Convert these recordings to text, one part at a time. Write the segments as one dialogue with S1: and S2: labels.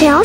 S1: 聊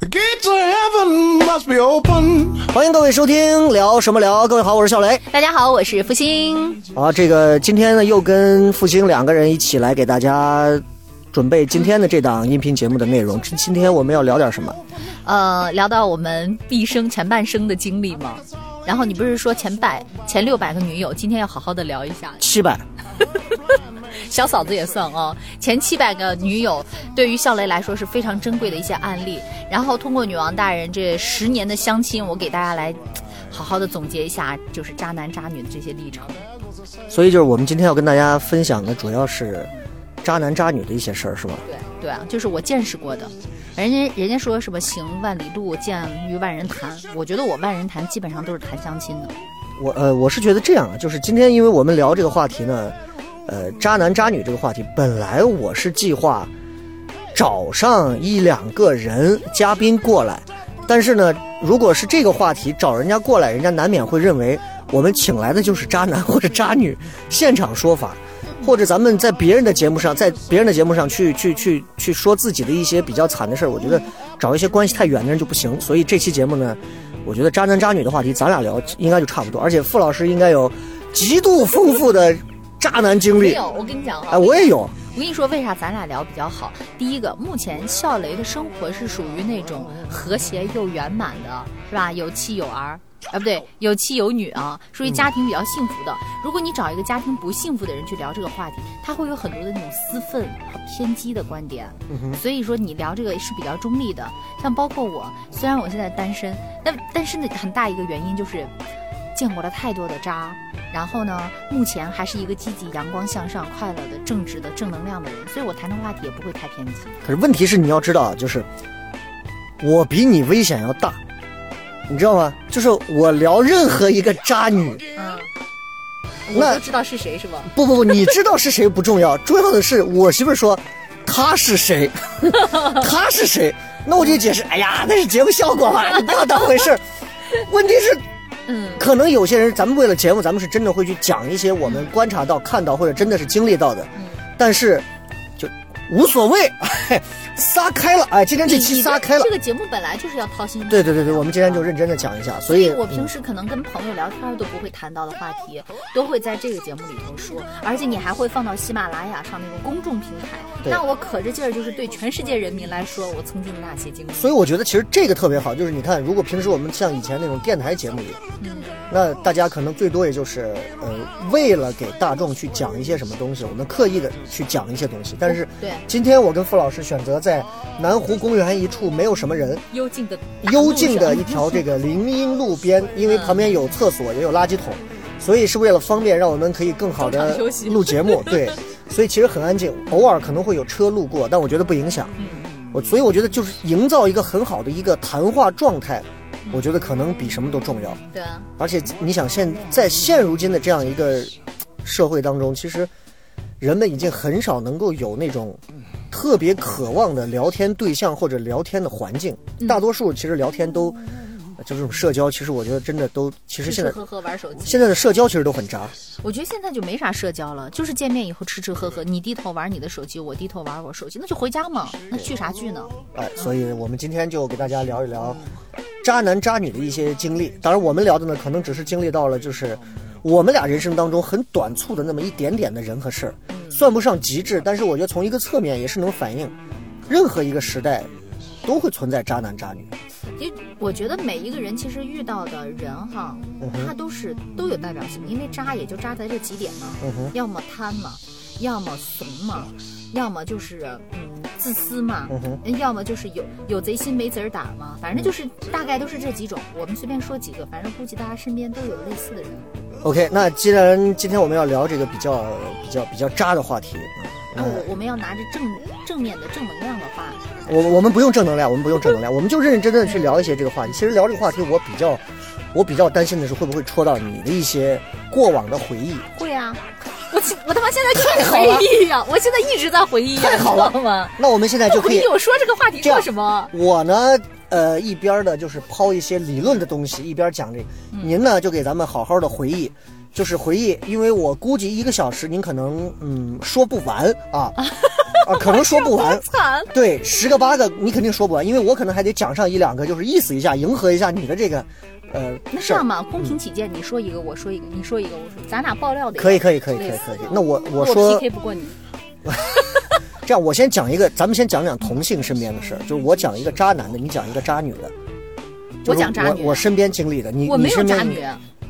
S2: The gates of heaven must be open.
S3: 欢迎各位收听聊什么聊？各位好，我是小雷
S4: 大家好，我是付星。
S3: 啊。这个今天呢，又跟复兴两个人一起来给大家准备今天的这档音频节目的内容。今今天我们要聊点什么？
S4: 呃，聊到我们毕生前半生的经历嘛，然后你不是说前百前六百个女友，今天要好好的聊一下，
S3: 七百
S4: 小嫂子也算哦。前七百个女友对于笑雷来说是非常珍贵的一些案例。然后通过女王大人这十年的相亲，我给大家来好好的总结一下，就是渣男渣女的这些历程。
S3: 所以就是我们今天要跟大家分享的主要是渣男渣女的一些事儿，是吧？
S4: 对对啊，就是我见识过的。人家人家说什么行万里路，见于万人谈，我觉得我万人谈基本上都是谈相亲的。
S3: 我呃，我是觉得这样，就是今天因为我们聊这个话题呢，呃，渣男渣女这个话题，本来我是计划找上一两个人嘉宾过来，但是呢，如果是这个话题找人家过来，人家难免会认为我们请来的就是渣男或者渣女，现场说法。或者咱们在别人的节目上，在别人的节目上去去去去说自己的一些比较惨的事儿，我觉得找一些关系太远的人就不行。所以这期节目呢，我觉得渣男渣女的话题，咱俩聊应该就差不多。而且傅老师应该有极度丰富的渣男经
S4: 没
S3: 历，
S4: 有，我跟你讲啊，
S3: 哎，我也有，
S4: 我跟你说，为啥咱俩聊比较好？第一个，目前笑雷的生活是属于那种和谐又圆满的，是吧？有妻有儿。啊，不
S3: 哦
S4: 对，有妻有女啊，
S3: 嗯
S4: 属于家庭比较幸福的。如果你找一个家庭不幸福的人去聊这个话题，他会有很多的那种私愤和偏激的观点。
S3: 嗯
S4: 所以说，你聊这个是比较中立的。像包括我，虽然我现在单身，但但是呢，很大一个原因就是见过了太多的渣，然后呢，目前还是一个积极、阳光向上、快乐的、正直的、正能量的人，所以我谈的话题也不会太偏激。
S3: 可是问题是你要知道，就是我比你危险要大，你知道吗？就是我聊任何一个渣女，
S4: 嗯，
S3: 那
S4: 我就知道是谁是吧？
S3: 不不不，你知道是谁不重要，重要的是我媳妇儿说他是谁，他是谁，那我就解释，哎呀，那是节目效果啊嘛，你不要当回事儿。问题是，
S4: 嗯，
S3: 可能有些人，咱们为了节目，咱们是真的会去讲一些我们观察到、看到或者真的是经历到的，但是就无所谓，哎，撒开了，哎，今天这期
S4: 你
S3: 撒
S4: 的
S3: 开了
S4: 这，个节目本来就是要掏心
S3: 对对对对，我们今天就认真的讲一下，所
S4: 所以
S3: 以
S4: 我平
S3: 嗯
S4: 时可能跟朋友聊天都不会谈到的话题，都会在这个节目里头说，而且你还会放到喜马拉雅上那种公众平台。
S3: 对
S4: 那我可着劲儿，就是对全世界人民来说，我曾经的那些经历。
S3: 所以我觉得其实这个特别好，就是你看，如果平时我们像以前那种电台节目里，
S4: 嗯
S3: 那大家可能最多也就是呃，为了给大众去讲一些什么东西，我们刻意的去讲一些东西。但是
S4: 哦对
S3: 今天我跟付老师选择在南湖公园一处没有什么人、
S4: 幽静的
S3: 幽静的一条这个林荫路边，因为旁边有厕所也有垃圾桶，所以是为了方便让我们可以更好
S4: 中
S3: 的
S4: 场休息
S3: 录节目。 对，所以其实很安静，偶尔可能会有车路过，但我觉得不影响。我所以我觉得就是营造一个很好的一个谈话状态，我觉得可能比什么都重要。
S4: 对啊，
S3: 而且你想现在现如今的这样一个社会当中，其实人们已经很少能够有那种特别渴望的聊天对象或者聊天的环境。大多数其实聊天都呃就这种社交，其实我觉得真的都其实
S4: 吃
S3: 现
S4: 吃
S3: 在
S4: 喝喝玩手机。
S3: 现在的社交其实都很渣。
S4: 我觉得现在就没啥社交了，就是见面以后吃吃喝喝，你低头玩你的手机，我低头玩我手机，那就回家嘛，那聚啥聚呢？
S3: 哎，所以我们今天就给大家聊一聊渣男渣女的一些经历。当然，我们聊的呢，可能只是经历到了就是我们俩人生当中很短促的那么一点点的人和事儿，算不上极致，但是我觉得从一个侧面也是能反映任何一个时代都会存在渣男渣女。
S4: 就我觉得每一个人其实遇到的人哈，他都是都有
S3: 嗯
S4: 代表性，因为渣也就渣在这几点嘛，要么贪嘛，要么怂嘛，要么就是嗯自私嘛
S3: 嗯哼，
S4: 要么就是有有贼心没贼儿胆儿嘛，反正就是大概都是这几种。我们随便说几个，反正估计大家身边都有类似的人。
S3: OK，那既然今天我们要聊这个比较比较比较渣的话题，
S4: 然后我我们要拿着正正面的正能量的话，
S3: 我我们不用正能量，我们不用正能量，我们就认认真真的去聊一些这个话题。其实聊这个话题，我比较我比较担心的是会不会戳到你的一些过往的回忆。
S4: 会啊。我现我他妈现在就在回忆呀、我现在一直在回忆呀、
S3: 太好了
S4: 你知道吗？
S3: 那我们现在就可
S4: 回
S3: 以
S4: 忆，，我说这个话题
S3: 这样
S4: 做什么？
S3: 我呢，呃，一边呢就是抛一些理论的东西，一边讲这个，您呢就给咱们好好的回忆。就是回忆，因为我估计一个小时您可能嗯说不完啊啊，可能说不完
S4: 我，惨，
S3: 对，十个八个你肯定说不完，因为我可能还得讲上一两个，就是意思一下，迎合一下你的这个，呃，
S4: 那
S3: 事
S4: 这
S3: 儿
S4: 样。吧，公平起见，你说一个，我说一个，你说一个，我说一个，咱俩爆料的
S3: 可以，
S4: 以，
S3: 可以，可以，可以，
S4: 类似
S3: 可以。那我我
S4: 我
S3: 说
S4: PK 不过你。
S3: 这样，我先讲一个，咱们先讲讲同性身边的事儿，就是我讲一个渣男的，你讲一个渣女的。就是
S4: 我讲渣女
S3: 我我身边经历的，你
S4: 我
S3: 你
S4: 没有
S3: 身边
S4: 渣女，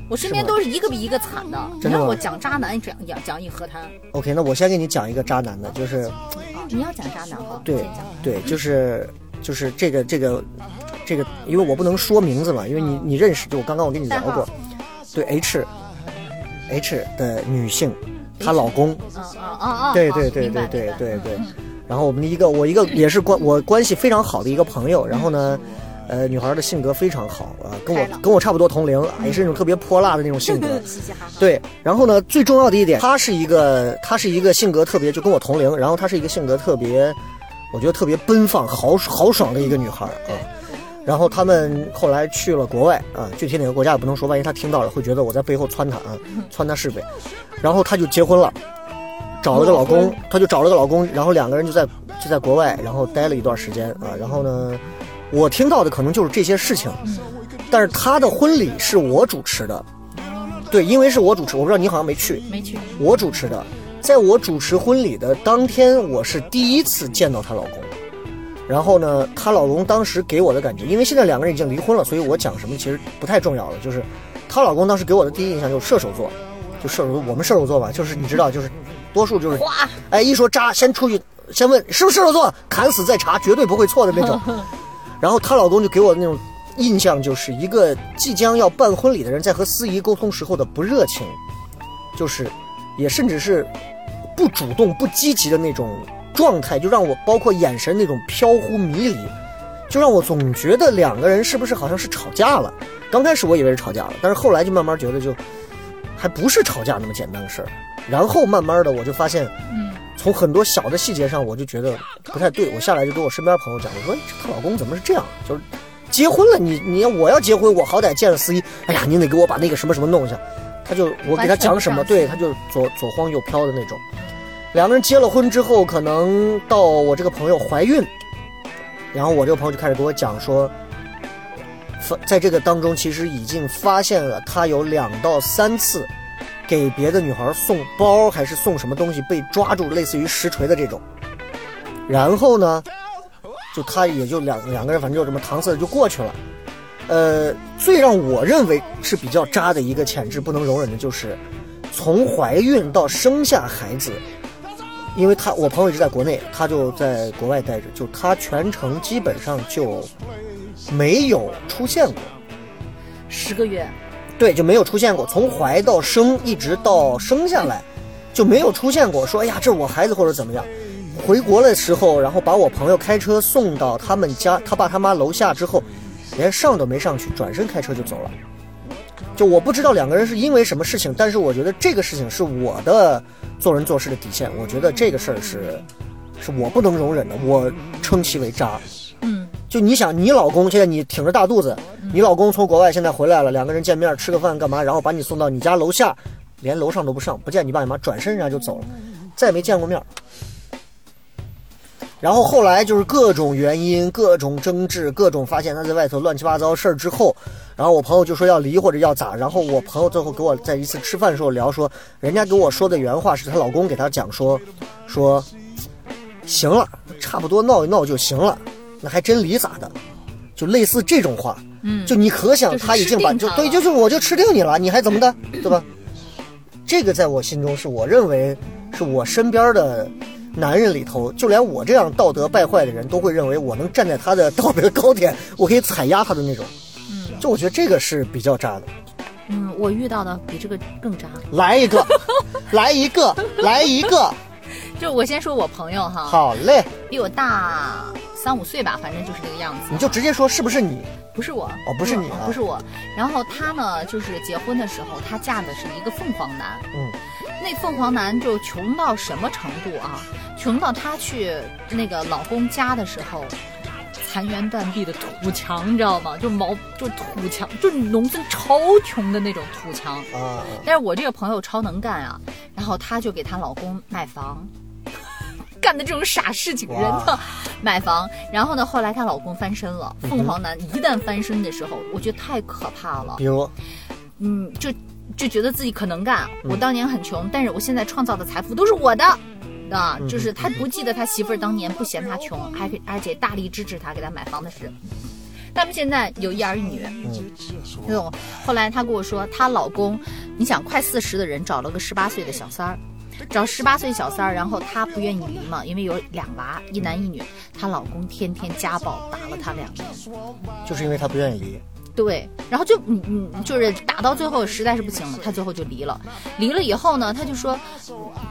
S4: 我身边
S3: 是吗
S4: 都是一个比一个惨的。
S3: 真
S4: 你
S3: 的吗
S4: 让我讲渣男，讲讲讲一河滩
S3: OK，那我先给你讲一个渣男的，就是
S4: 啊！你要讲渣男哈，
S3: 对
S4: 先讲
S3: 对，就是就是这个这个这个，因为我不能说名字嘛，因为
S4: 嗯
S3: 你你认识，就我刚刚我跟你聊
S4: 代
S3: 过
S4: 号，
S3: 对 H H 的女性，她老公
S4: 嗯嗯嗯嗯，
S3: 对
S4: 好
S3: 对对
S4: 明白
S3: 对对
S4: 明白嗯
S3: 对对。然后我们的一个我一个也是关我关系非常好的一个朋友，然后呢，呃，女孩的性格非常好啊、跟我
S4: 嗯开朗嗯
S3: 跟我差不多同龄，也是那种特别泼辣的那种性格。
S4: 嘻嘻哈哈。
S3: 对，然后呢，最重要的一点，她是一个她是一个性格特别就跟我同龄，然后她是一个性格特别，我觉得特别奔放豪豪爽的一个女孩啊。然后他们后来去了国外啊，具体哪个国家也不能说，万一她听到了会觉得我在背后撺她啊，
S4: 嗯
S3: 撺她是非。然后她就结婚了，找了个老公，她就找了个老公，然后两个人就在就在国外，然后待了一段时间啊。然后呢，我听到的可能就是这些事情，但是她的婚礼是我主持的，对，因为是我主持，我不知道你好像没去，
S4: 没去，
S3: 我主持的，在我主持婚礼的当天，我是第一次见到她老公。然后呢，她老公当时给我的感觉，因为现在两个人已经离婚了，所以我讲什么其实不太重要了。就是她老公当时给我的第一印象就是射手座，就射手座，我们射手座嘛，就是你知道，就是多数就是，哎，一说渣，先出去，先问是不是射手座，砍死再查，绝对不会错的那种。然后她老公就给我那种印象，就是一个即将要办婚礼的人在和司仪沟通时候的不热情，就是也甚至是不主动、不积极的那种状态，就让我包括眼神那种飘忽迷离，就让我总觉得两个人是不是好像是吵架了。刚开始我以为是吵架了，但是后来就慢慢觉得就还不是吵架那么简单的事儿。然后慢慢的我就发现，
S4: 嗯，
S3: 从很多小的细节上我就觉得不太对。我下来就跟我身边朋友讲，我说哎这她老公怎么是这样？就是结婚了，你你我要结婚，我好歹见了司仪，哎呀，您得给我把那个什么什么弄一下。他就我给他讲什么，
S4: 完全不上心
S3: 对，他就左左晃右飘的那种。两个人结了婚之后，可能到我这个朋友怀孕，然后我这个朋友就开始给我讲说，发在这个当中其实已经发现了他有两到三次给别的女孩送包还是送什么东西被抓住，类似于实锤的这种。然后呢，就他也就两两个人，反正就这么搪塞着就过去了。呃，最让我认为是比较渣的一个潜质不能容忍的就是，从怀孕到生下孩子，因为他我朋友一直在国内，他就在国外待着，就他全程基本上就没有出现过，
S4: 十个月，
S3: 对，就没有出现过，从怀到生一直到生下来，就没有出现过说哎呀这是我孩子或者怎么样。回国的时候，然后把我朋友开车送到他们家他爸他妈楼下之后，连上都没上去，转身开车就走了。就我不知道两个人是因为什么事情，但是我觉得这个事情是我的做人做事的底线，我觉得这个事儿是是我不能容忍的，我称其为渣。
S4: 嗯，
S3: 就你想，你老公现在你挺着大肚子，你老公从国外现在回来了，两个人见面吃个饭干嘛，然后把你送到你家楼下，连楼上都不上，不见你爸你妈，转身人家就走了，再也没见过面儿。然后后来就是各种原因、各种争执、各种发现他在外头乱七八糟事儿之后，然后我朋友就说要离或者要咋，然后我朋友最后给我在一次吃饭的时候聊说，人家给我说的原话是她老公给她讲说，说行了，差不多闹一闹就行了，那还真离咋的，就类似这种话，嗯，就你可想
S4: 就是
S3: 他已经把
S4: 吃定
S3: 就
S4: 她
S3: 对，
S4: 了
S3: 就是我就吃定你了，你还怎么的，对吧？这个在我心中是我认为是我身边的男人里头，就连我这样道德败坏的人都会认为我能站在他的 道德高点，我可以踩压他的那种。就我觉得这个是比较渣的。
S4: 嗯，我遇到的比这个更渣。
S3: 来一 个，来一个，来一个，
S4: 就我先说我朋友哈，
S3: 好嘞，
S4: 比我大三五岁吧，反正就是这个样子。
S3: 你就直接说是不是你？
S4: 不是我，
S3: 哦不是你啊
S4: 不是我。然后他呢，就是结婚的时候，他嫁的是一个凤凰男。
S3: 嗯，
S4: 那凤凰男就穷到什么程度啊？穷到他去那个老公家的时候，残垣断壁的土墙，你知道吗？就毛就土墙，就是农村超穷的那种土墙。
S3: 啊，
S4: 但是我这个朋友超能干啊，然后她就给她老公买房， 干的这种傻事情，人呢买房，然后呢，后来她老公翻身了。凤凰男一旦翻身的时候，我觉得太可怕了
S3: 比，如
S4: 嗯，就就觉得自己可能干。我当年很穷，但是我现在创造的财富都是我的。啊，就是他不记得他媳妇儿当年不嫌他穷，还给而且大力支持他给他买房的事。他们现在有一儿一女，那种。后来她跟我说，她老公，你想快四十的人找了个十八岁的小三儿，找十八岁小三儿，然后她不愿意离嘛，因为有俩娃，一男一女，她老公天天家暴打了她两年。
S3: 就是因为他不愿意离，
S4: 对，然后就嗯嗯，就是打到最后实在是不行了，她最后就离了。离了以后呢，她就说，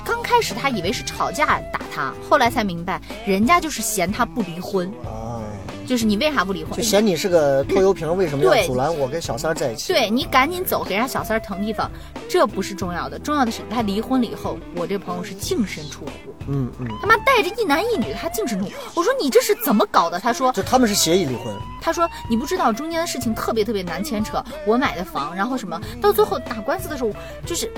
S4: 刚开始她以为是吵架打他，后来才明白，人家就是嫌她不离婚，
S3: 啊，
S4: 就是你为啥不离婚？
S3: 就嫌你是个拖油瓶，为什么要
S4: 对
S3: 阻拦我跟小三儿在一起？
S4: 对你赶紧走，给人家小三儿腾地方，这不是重要的，重要的是他离婚了以后，我这朋友是净身出户，
S3: 嗯嗯，
S4: 他妈带着一男一女，他净身出户。我说你这是怎么搞的？他说
S3: 就他们是协议离婚，
S4: 他说你不知道中间的事情特别特别难牵扯，我买的房，然后什么，到最后打官司的时候，就是。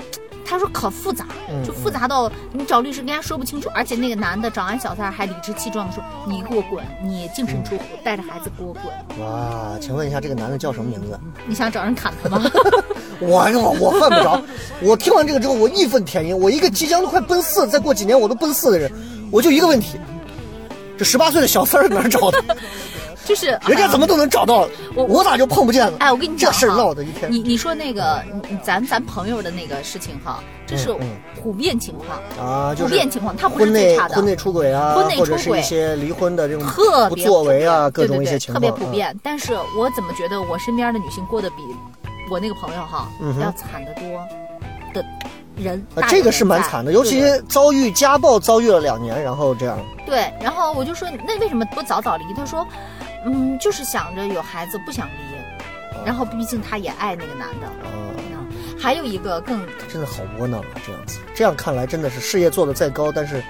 S4: 他说可复杂，
S3: 嗯
S4: 就复杂到你找律师跟人家说不清楚，而且那个男的找完小三儿还理直气壮的说：“你给我滚，你净身
S3: 嗯
S4: 出户，带着孩子给我滚。
S3: 哇，请问一下这个男的叫什么名字？”
S4: 你想找人砍他吗？
S3: 我我我犯不着，我听完这个之后我义愤填膺，我一个即将都快奔四，再过几年我都奔四的人，我就一个问题。这十八岁的小三儿哪儿找的？
S4: 就是
S3: 人家怎么都能找到，
S4: 我
S3: 我咋就碰不见了？
S4: 哎，我跟你
S3: 这
S4: 讲哈，
S3: 事儿闹的一天。
S4: 你你说那个，你咱咱朋友的那个事情哈，这是
S3: 嗯嗯
S4: 普遍情况，
S3: 啊，就
S4: 普
S3: 是
S4: 遍情况，它不是
S3: 婚
S4: 最
S3: 内
S4: 差的，
S3: 婚内出轨啊，
S4: 婚内
S3: 或者
S4: 出
S3: 是一
S4: 轨
S3: 些离婚的这种
S4: 特
S3: 不
S4: 别
S3: 作为啊，
S4: 普遍
S3: 各种一些
S4: 对对对
S3: 情
S4: 特
S3: 况，
S4: 别
S3: 嗯
S4: 普遍。但是我怎么觉得我身边的女性过得比我那个朋友哈
S3: 嗯哼
S4: 要惨得多的人
S3: 啊，，这个是蛮惨的，尤其
S4: 是。
S3: 遭遇家暴，遭遇了两年，然后这样，
S4: 对，然后我就说那为什么不早早离？他说，嗯，就是想着有孩子不想离，
S3: 哦
S4: 然后毕竟他也爱那个男的。
S3: 啊，
S4: 嗯还有一个更
S3: 真的好窝囊啊，这样子，这样看来真的是事业做得再高，但 是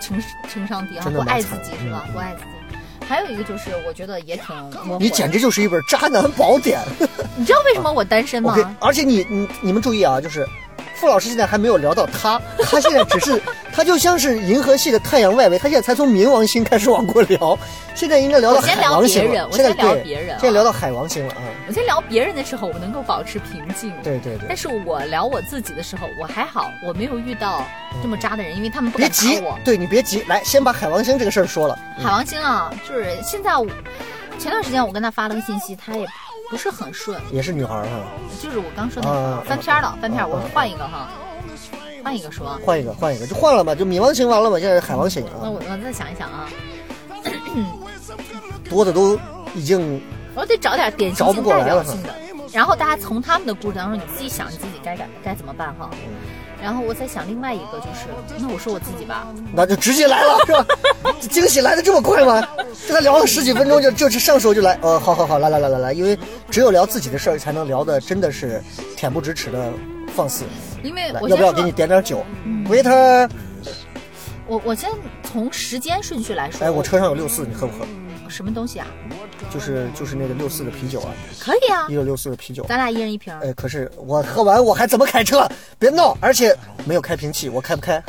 S4: 情情商低啊，
S3: 真的
S4: 不爱
S3: 蛮
S4: 自
S3: 惨
S4: 己
S3: 的
S4: 是吧？
S3: 嗯
S4: 不爱自己。还有一个就是，我觉得也挺模糊的。
S3: 你简直就是一本渣男宝典。
S4: 你知道为什么我单身吗
S3: OK，？而且你你你们注意啊，就是傅老师现在还没有聊到他， 他现在只是他就像是银河系的太阳外围，他现在才从冥王星开始往过聊，现在应该聊到
S4: 我先
S3: 海
S4: 聊
S3: 王星
S4: 别
S3: 了
S4: 人。我
S3: 现在
S4: 先聊
S3: 对
S4: 别人啊
S3: 现在聊到海王星了啊，
S4: 我在聊别人的时候，我能够保持平静。
S3: 对对
S4: 但
S3: 对，
S4: 是我聊我自己的时候，我还好，我没有遇到这么渣的人，因为他们不
S3: 嗯别
S4: 敢打
S3: 急嗯
S4: 我，。
S3: 对你别急，来先把海王星这个事儿说了。
S4: 海王星啊，就是现在我前段时间我跟他发了个信息，他也不是很顺，
S3: 嗯也是女孩儿哈，
S4: 就是我刚说
S3: 啊啊
S4: 的
S3: 啊
S4: 翻篇了，翻篇，
S3: 啊
S4: 我
S3: 啊
S4: 换一个哈，换一个说。
S3: 换一个，换一个，就换了吧，就冥王星完了嘛，现在是海王星
S4: 那
S3: 啊，
S4: 我我再想一想啊，
S3: 多的都已经
S4: 我得找点典型
S3: 找不
S4: 性
S3: 过
S4: 代
S3: 来了
S4: 表性的。然后大家从他们的故事当中，你自己想你自己该该该怎么办哈。
S3: 嗯
S4: 然后我再想另外一个就是，那我说我自己吧，
S3: 那就直接来了，是吧？ 这惊喜来的这么快吗？这才聊了十几分钟就就是上手就来，呃，好好好，来来来来来，因为只有聊自己的事儿才能聊的真的是恬不知耻的放肆。
S4: 因为
S3: 来，
S4: 哎我
S3: 要
S4: 先
S3: 不要给你
S4: 说，嗯
S3: 点点酒、w a i t e r
S4: 我我先从时间顺序来说。
S3: 哎，我车上有六四，你喝不喝？
S4: 什么东西啊？
S3: 就是就是那个六四的啤酒啊，
S4: 可以啊
S3: 一，六六四的啤酒。
S4: 咱俩一人一瓶儿。
S3: 哎，可是我喝完我还怎么开车？别闹，而且没有开瓶器，我开不开？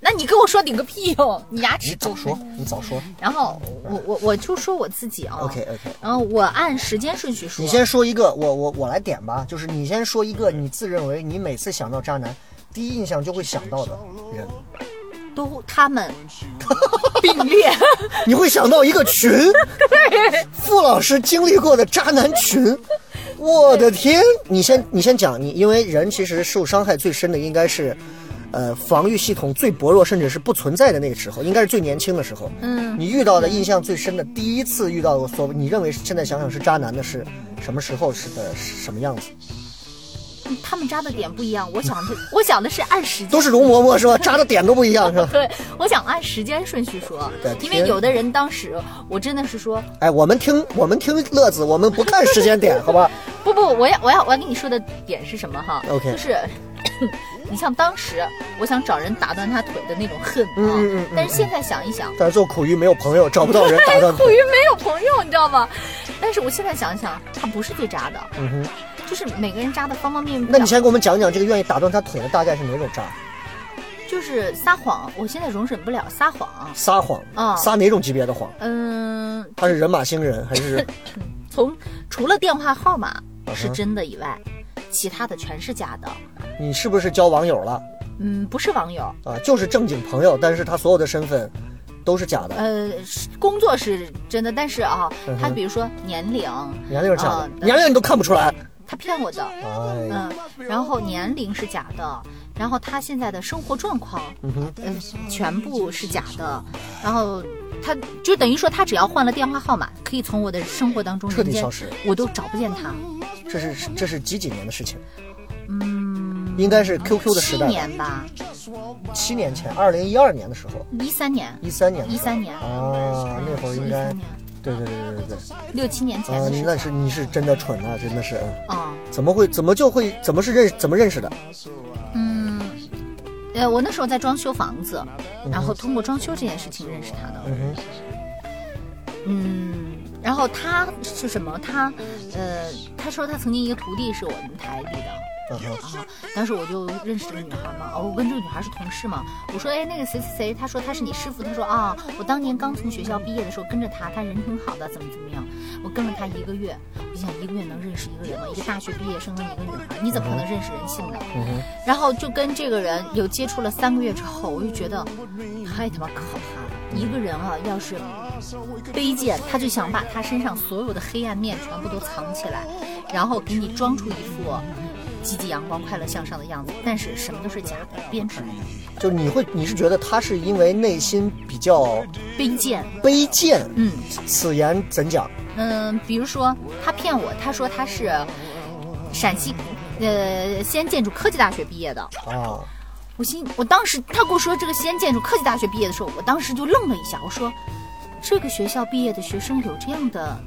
S4: 那你跟我说顶个屁哟、你牙
S3: 你
S4: 齿
S3: 早
S4: 够
S3: 说，你早说。
S4: 然后我我我就说我自己啊、
S3: OK OK。
S4: 然后我按时间顺序说。
S3: 你先说一个，我我我来点吧，就是你先说一个你自认为你每次想到渣男，第一印象就会想到的人，
S4: 都 他们并列，
S3: 你会想到一个群，傅老师经历过的渣男群，我的天！你先你先讲，你因为人其实受伤害最深的应该是呃防御系统最薄弱，甚至是不存在的那个时候，应该是最年轻的时候。
S4: 嗯
S3: 你遇到的印象最深的第一次遇到的所谓你认为现在想想是渣男的是什么时候是的什么样子？
S4: 他们扎的点不一样，我想的我想的是按时间
S3: 都是容嬷嬷是吧？渣的点都不一样是吧？
S4: 对，我想按时间顺序说
S3: 对，
S4: 因为
S3: 天
S4: 有的人当时我真的是说
S3: 哎，我们听我们听乐子，我们不看时间点， 好吧？
S4: 不不，我要我要我要跟你说的点是什么哈
S3: OK
S4: 就是 你像当时我想找人打断他腿的那种恨啊，
S3: 嗯嗯嗯嗯
S4: 但是现在想一想，
S3: 但是做苦于没有朋友，找不到人打 断
S4: 苦
S3: 腿。
S4: 于没有朋友，你知道吗？但是我现在想一想，他不是最渣的，
S3: 嗯哼，
S4: 就是每个人渣的方方面面不一
S3: 那
S4: 样。
S3: 你先给我们讲讲这个愿意打断他腿的大概是哪种渣？
S4: 就是撒谎，我现在容忍不了撒谎。
S3: 撒谎
S4: 啊
S3: 撒哪种级别的谎？
S4: 嗯，
S3: 他是人马星人还是？
S4: 从除了电话号码
S3: 嗯
S4: 是真的以外，其他的全是假的。
S3: 你是不是交网友了
S4: 嗯，不是网友，
S3: 啊？就是正经朋友，但是他所有的身份都是假的，
S4: 呃，是工作是真的，但是啊
S3: 嗯，哼
S4: 他比如说年龄，
S3: 年龄是假的
S4: 啊，
S3: 年龄你都看不出来。
S4: 他骗我的，
S3: 哎呀，
S4: 嗯，然后年龄是假的，然后他现在的生活状况，
S3: 嗯哼
S4: 呃，全部是假的，然后他就等于说他只要换了电话号码，可以从我的生活当中
S3: 彻底
S4: 人间
S3: 消失，
S4: 我都找不见他。
S3: 这是这是几几年的事情？嗯，应该是 QQ 的时
S4: 七
S3: 代吧，
S4: 年吧，
S3: 七年前，二零一二年的时候，
S4: 一三年，
S3: 一三年的
S4: 一
S3: 时候，
S4: 三年，
S3: 啊，那会儿应
S4: 一
S3: 该
S4: 三，年，
S3: 对对对对对对，
S4: 六七年前
S3: 啊，
S4: 的
S3: 你
S4: 事
S3: 那
S4: 情。
S3: 是你是真的蠢啊，真的是，嗯
S4: 啊，
S3: 怎么会怎么就会怎么是认怎么认识的？
S4: 嗯，呃，我那时候在装修房子，然后通过装修这件事情认识他的。
S3: 嗯哼，
S4: 嗯，然后他是什么？他，呃，他说他曾经一个徒弟是我们台里的
S3: 嗯哼，
S4: 啊，当时我就认识这个女孩嘛，哦，我跟这个女孩是同事嘛，我说，哎，那个谁谁谁，他说他是你师傅，他说啊，我当年刚从学校毕业的时候跟着他，他人挺好的，怎么怎么样，我跟了他一个月，我就想一个月能认识一个人吗？一个大学毕业生跟一个女孩，你怎么可能认识人性呢？然后就跟这个人有接触了三个月之后，我就觉得太他妈可怕了。一个人啊，要是卑贱，他就想把他身上所有的黑暗面全部都藏起来，然后给你装出一副积极阳光、快乐向上的样子，但是什么都是假的，编出来的，
S3: 就你会你是觉得他是因为内心比较
S4: 卑贱。
S3: 卑贱，
S4: 嗯
S3: 此言怎讲？
S4: 嗯，比如说他骗我，他说他是陕西呃西安建筑科技大学毕业的，
S3: 啊，
S4: 我心，我当时他跟我说这个西安建筑科技大学毕业的时候，我当时就愣了一下，我说，这个学校毕业的学生有这样的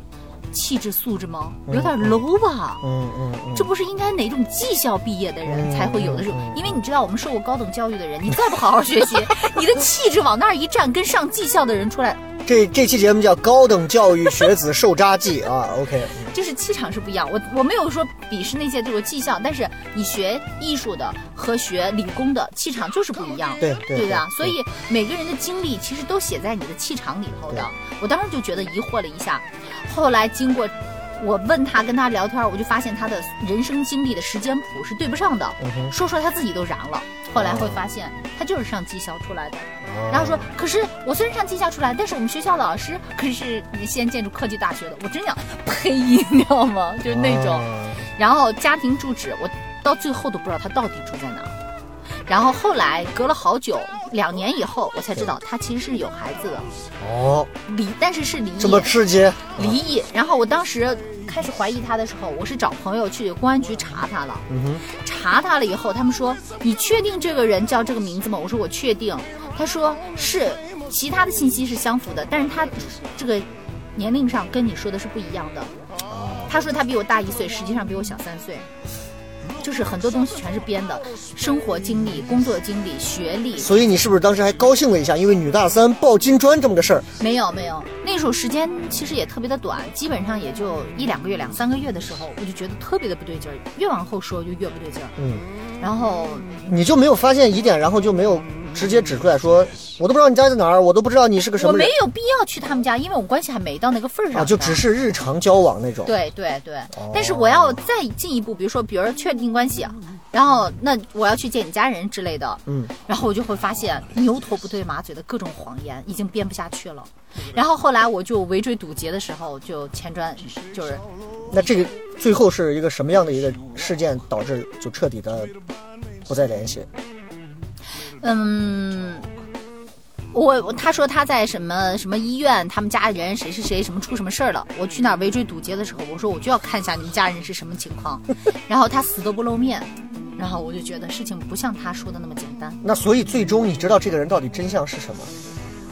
S4: 气质素质吗？有点 low 吧？
S3: 嗯嗯嗯，
S4: 这不是应该哪种技校毕业的人才会有的这种？因为你知道，我们受过高等教育的人，你再不好好 学习，你的气质往那儿一站，跟上技校的人出来，
S3: 这这期节目叫《高等教育学子受渣记》啊，OK，嗯
S4: 就是气场是不一样。我我没有说鄙视那些这种技校，但是你学艺术的和学理工的气场就是不一样。
S3: 对
S4: 对
S3: 对
S4: 不对啊
S3: 对？
S4: 所以每个人的经历其实都写在你的气场里头的
S3: 对。
S4: 我当时就觉得疑惑了一下，后来经过我问他跟他聊天，我就发现他的人生经历的时间谱是对不上的。
S3: 嗯哼
S4: 说说他自己都燃了，后来
S3: 哦
S4: 会发现他就是上技校出来的。
S3: 啊
S4: 然后说，可是我虽然上技校出来，但是我们学校老师可是西安建筑科技大学的，我真想 呸，你知道吗？就是那种。
S3: 啊
S4: 然后家庭住址，我到最后都不知道他到底住在哪儿。然后后来隔了好久，两年以后，我才知道他其实是有孩子的，
S3: 哦，
S4: 离但是是离
S3: 这么
S4: 异，
S3: 刺激，
S4: 离异。然后我当时开始怀疑他的时候，我是找朋友去公安局查他了，查他了以后，他们说你确定这个人叫这个名字吗？我说我确定。他说是，其他的信息是相符的，但是他这个年龄上跟你说的是不一样的。他说他比我大一岁，实际上比我小三岁。就是很多东西全是编的，生活经历、工作经历、学历，
S3: 所以你是不是当时还高兴了一下？因为女大三抱金砖这么个事儿，
S4: 没有没有，那时候时间其实也特别的短，基本上也就一两个月、两三个月的时候，我就觉得特别的不对劲儿，越往后说就越不对劲儿。
S3: 嗯，
S4: 然后
S3: 你就没有发现疑点，然后就没有直接指出来说，我都不知道你家在哪儿，我都不知道你是个什
S4: 我
S3: 么
S4: 没
S3: 人
S4: 有必要去他们家，因为我关系还没到那个份儿上呢。
S3: 啊，就只是日常交往那种。
S4: 对对对，但是我要再进一步，比如说，比如说确定关系，然后那我要去见你家人之类的，
S3: 嗯，
S4: 然后我就会发现牛头不对马嘴的各种谎言已经编不下去了。然后后来我就围追堵截的时候，就前砖就是
S3: 那这个最后是一个什么样的一个事件导致就彻底的不再联系？
S4: 嗯，我我他说他在什么什么医院，他们家人谁是谁什么出什么事儿了。我去那儿围追堵截的时候，我说我就要看一下你们家人是什么情况，然后他死都不露面，然后我就觉得事情不像他说的那么简单。
S3: 那所以最终你知道这个人到底真相是什么？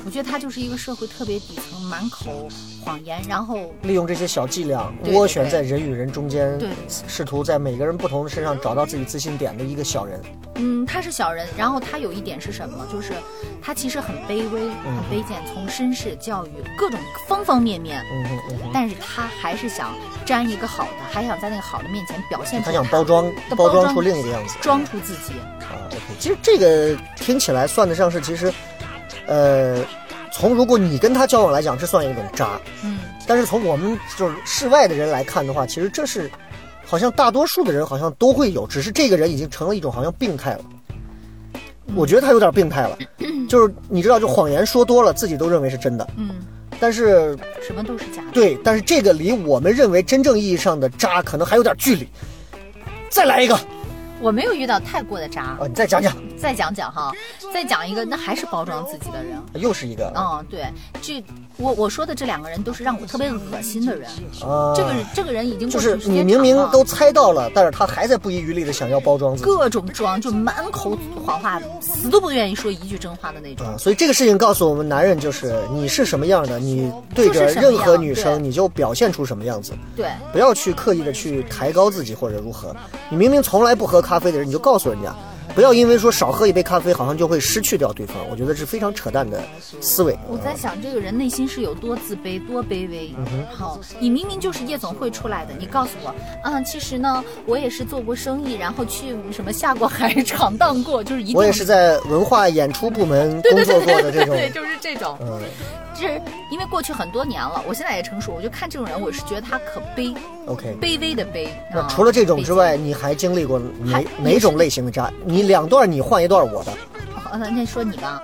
S4: 我觉得他就是一个社会特别底层，满口谎言，然后
S3: 利用这些小伎俩
S4: 对对
S3: 斡旋在人与人中间
S4: 对，
S3: 试图在每个人不同的身上找到自己自信点的一个小人。
S4: 嗯，他是小人，然后他有一点是什么？就是他其实很卑微，很卑贱，从身世、教育各种方方面面，
S3: 嗯哼嗯哼，
S4: 但是他还是想沾一个好的，还想在那个好的面前表现出
S3: 他想包装
S4: 的
S3: 包
S4: 包
S3: 装
S4: 装
S3: 出另一个样子。
S4: 装出自己。
S3: 啊，OK，其实这个听起来算得上是，其实，呃，从如果你跟他交往来讲，这算一种渣。
S4: 嗯，
S3: 但是从我们就是世外的人来看的话，其实这是，好像大多数的人好像都会有，只是这个人已经成了一种好像病态了。
S4: 嗯
S3: 我觉得他有点病态 了，就是你知道，就谎言说多了，自己都认为是真的。
S4: 嗯，
S3: 但是
S4: 什么都是假的。
S3: 对，但是这个离我们认为真正意义上的渣可能还有点距离。再来一个啊！哦
S4: 我没有遇到太过的渣，
S3: 你再讲讲，
S4: 再讲讲哈，再讲一个，那还是包装自己的人。
S3: 又是一个啊。
S4: 嗯，对，这我我说的这两个人都是让我特别恶心的人。
S3: 啊
S4: 这个这个人已经
S3: 呃就
S4: 过去
S3: 是
S4: 时间
S3: 你明
S4: 长
S3: 明
S4: 了
S3: 都猜到了，但是他还在不遗余力的想要包装自己。
S4: 各种装，就满口谎话，死都不愿意说一句真话的那种。
S3: 啊，所以这个事情告诉我们，男人就是你是什么样的，你对着
S4: 就是什么
S3: 任何
S4: 样
S3: 女
S4: 对
S3: 生你就表现出什么样子，
S4: 对，
S3: 不要去刻意的去抬高自己或者如何。你明明从来不喝咖啡的人，你就告诉人家，不要因为说少喝一杯咖啡，好像就会失去掉对方。我觉得是非常扯淡的思维。
S4: 我在想这个人内心是有多自卑、多卑微。
S3: 嗯
S4: 好，你明明就是夜总会出来的，你告诉我，嗯，其实呢，我也是做过生意，然后去什么下过海、 闯荡过，就是一定
S3: 我也是在文化演出部门
S4: 对
S3: 工
S4: 对
S3: 作
S4: 对
S3: 过
S4: 对
S3: 的
S4: 对
S3: 这
S4: 对
S3: 种，
S4: 对，就是这种。
S3: 嗯
S4: 就是因为过去很多年了，我现在也成熟，我就看这种人，我是觉得他可悲，
S3: ，OK。
S4: 卑微的卑。
S3: 那
S4: 啊
S3: 除了这种之，
S4: 卑
S3: 外，你还经历过哪
S4: 还
S3: 哪种类型的渣？你两段你换一段我的，
S4: 贱哦那说你吧，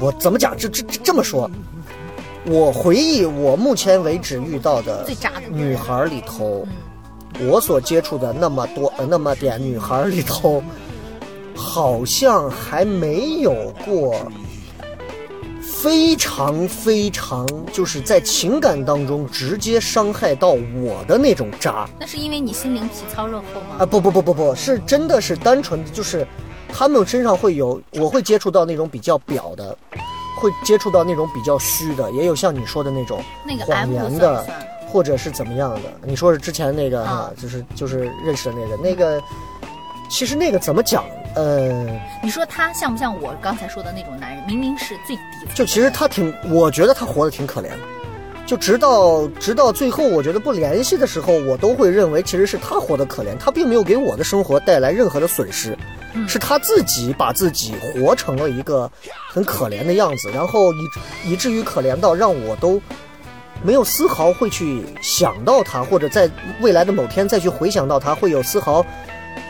S3: 我怎么讲？这这这这么说，我回忆我目前为止遇到的
S4: 最渣的
S3: 女孩里头，我所接触的那么多呃那么点女孩里头，好像还没有过非常非常就是在情感当中直接伤害到我的那种渣。
S4: 那是因为你心灵皮糙肉厚吗？
S3: 啊，不不不不不，是真的是单纯的，就是他们身上会有，我会接触到那种比较表的，会接触到那种比较虚的，也有像你说的那种
S4: 那个
S3: 谎
S4: M 的
S3: 言
S4: 算
S3: 的
S4: 不算，
S3: 或者是怎么样的。你说是之前那个哈、
S4: 啊
S3: 就是就是认识的那个那个，其实那个怎么讲？呃，
S4: 你说他像不像我刚才说的那种男人？明明是最底层，
S3: 就其实他挺，我觉得他活得挺可怜的。就直到直到最后，我觉得不联系的时候，我都会认为其实是他活得可怜，他并没有给我的生活带来任何的损失，是他自己把自己活成了一个很可怜的样子，然后以以至于可怜到让我都没有丝毫会去想到他，或者在未来的某天再去回想到他，会有丝毫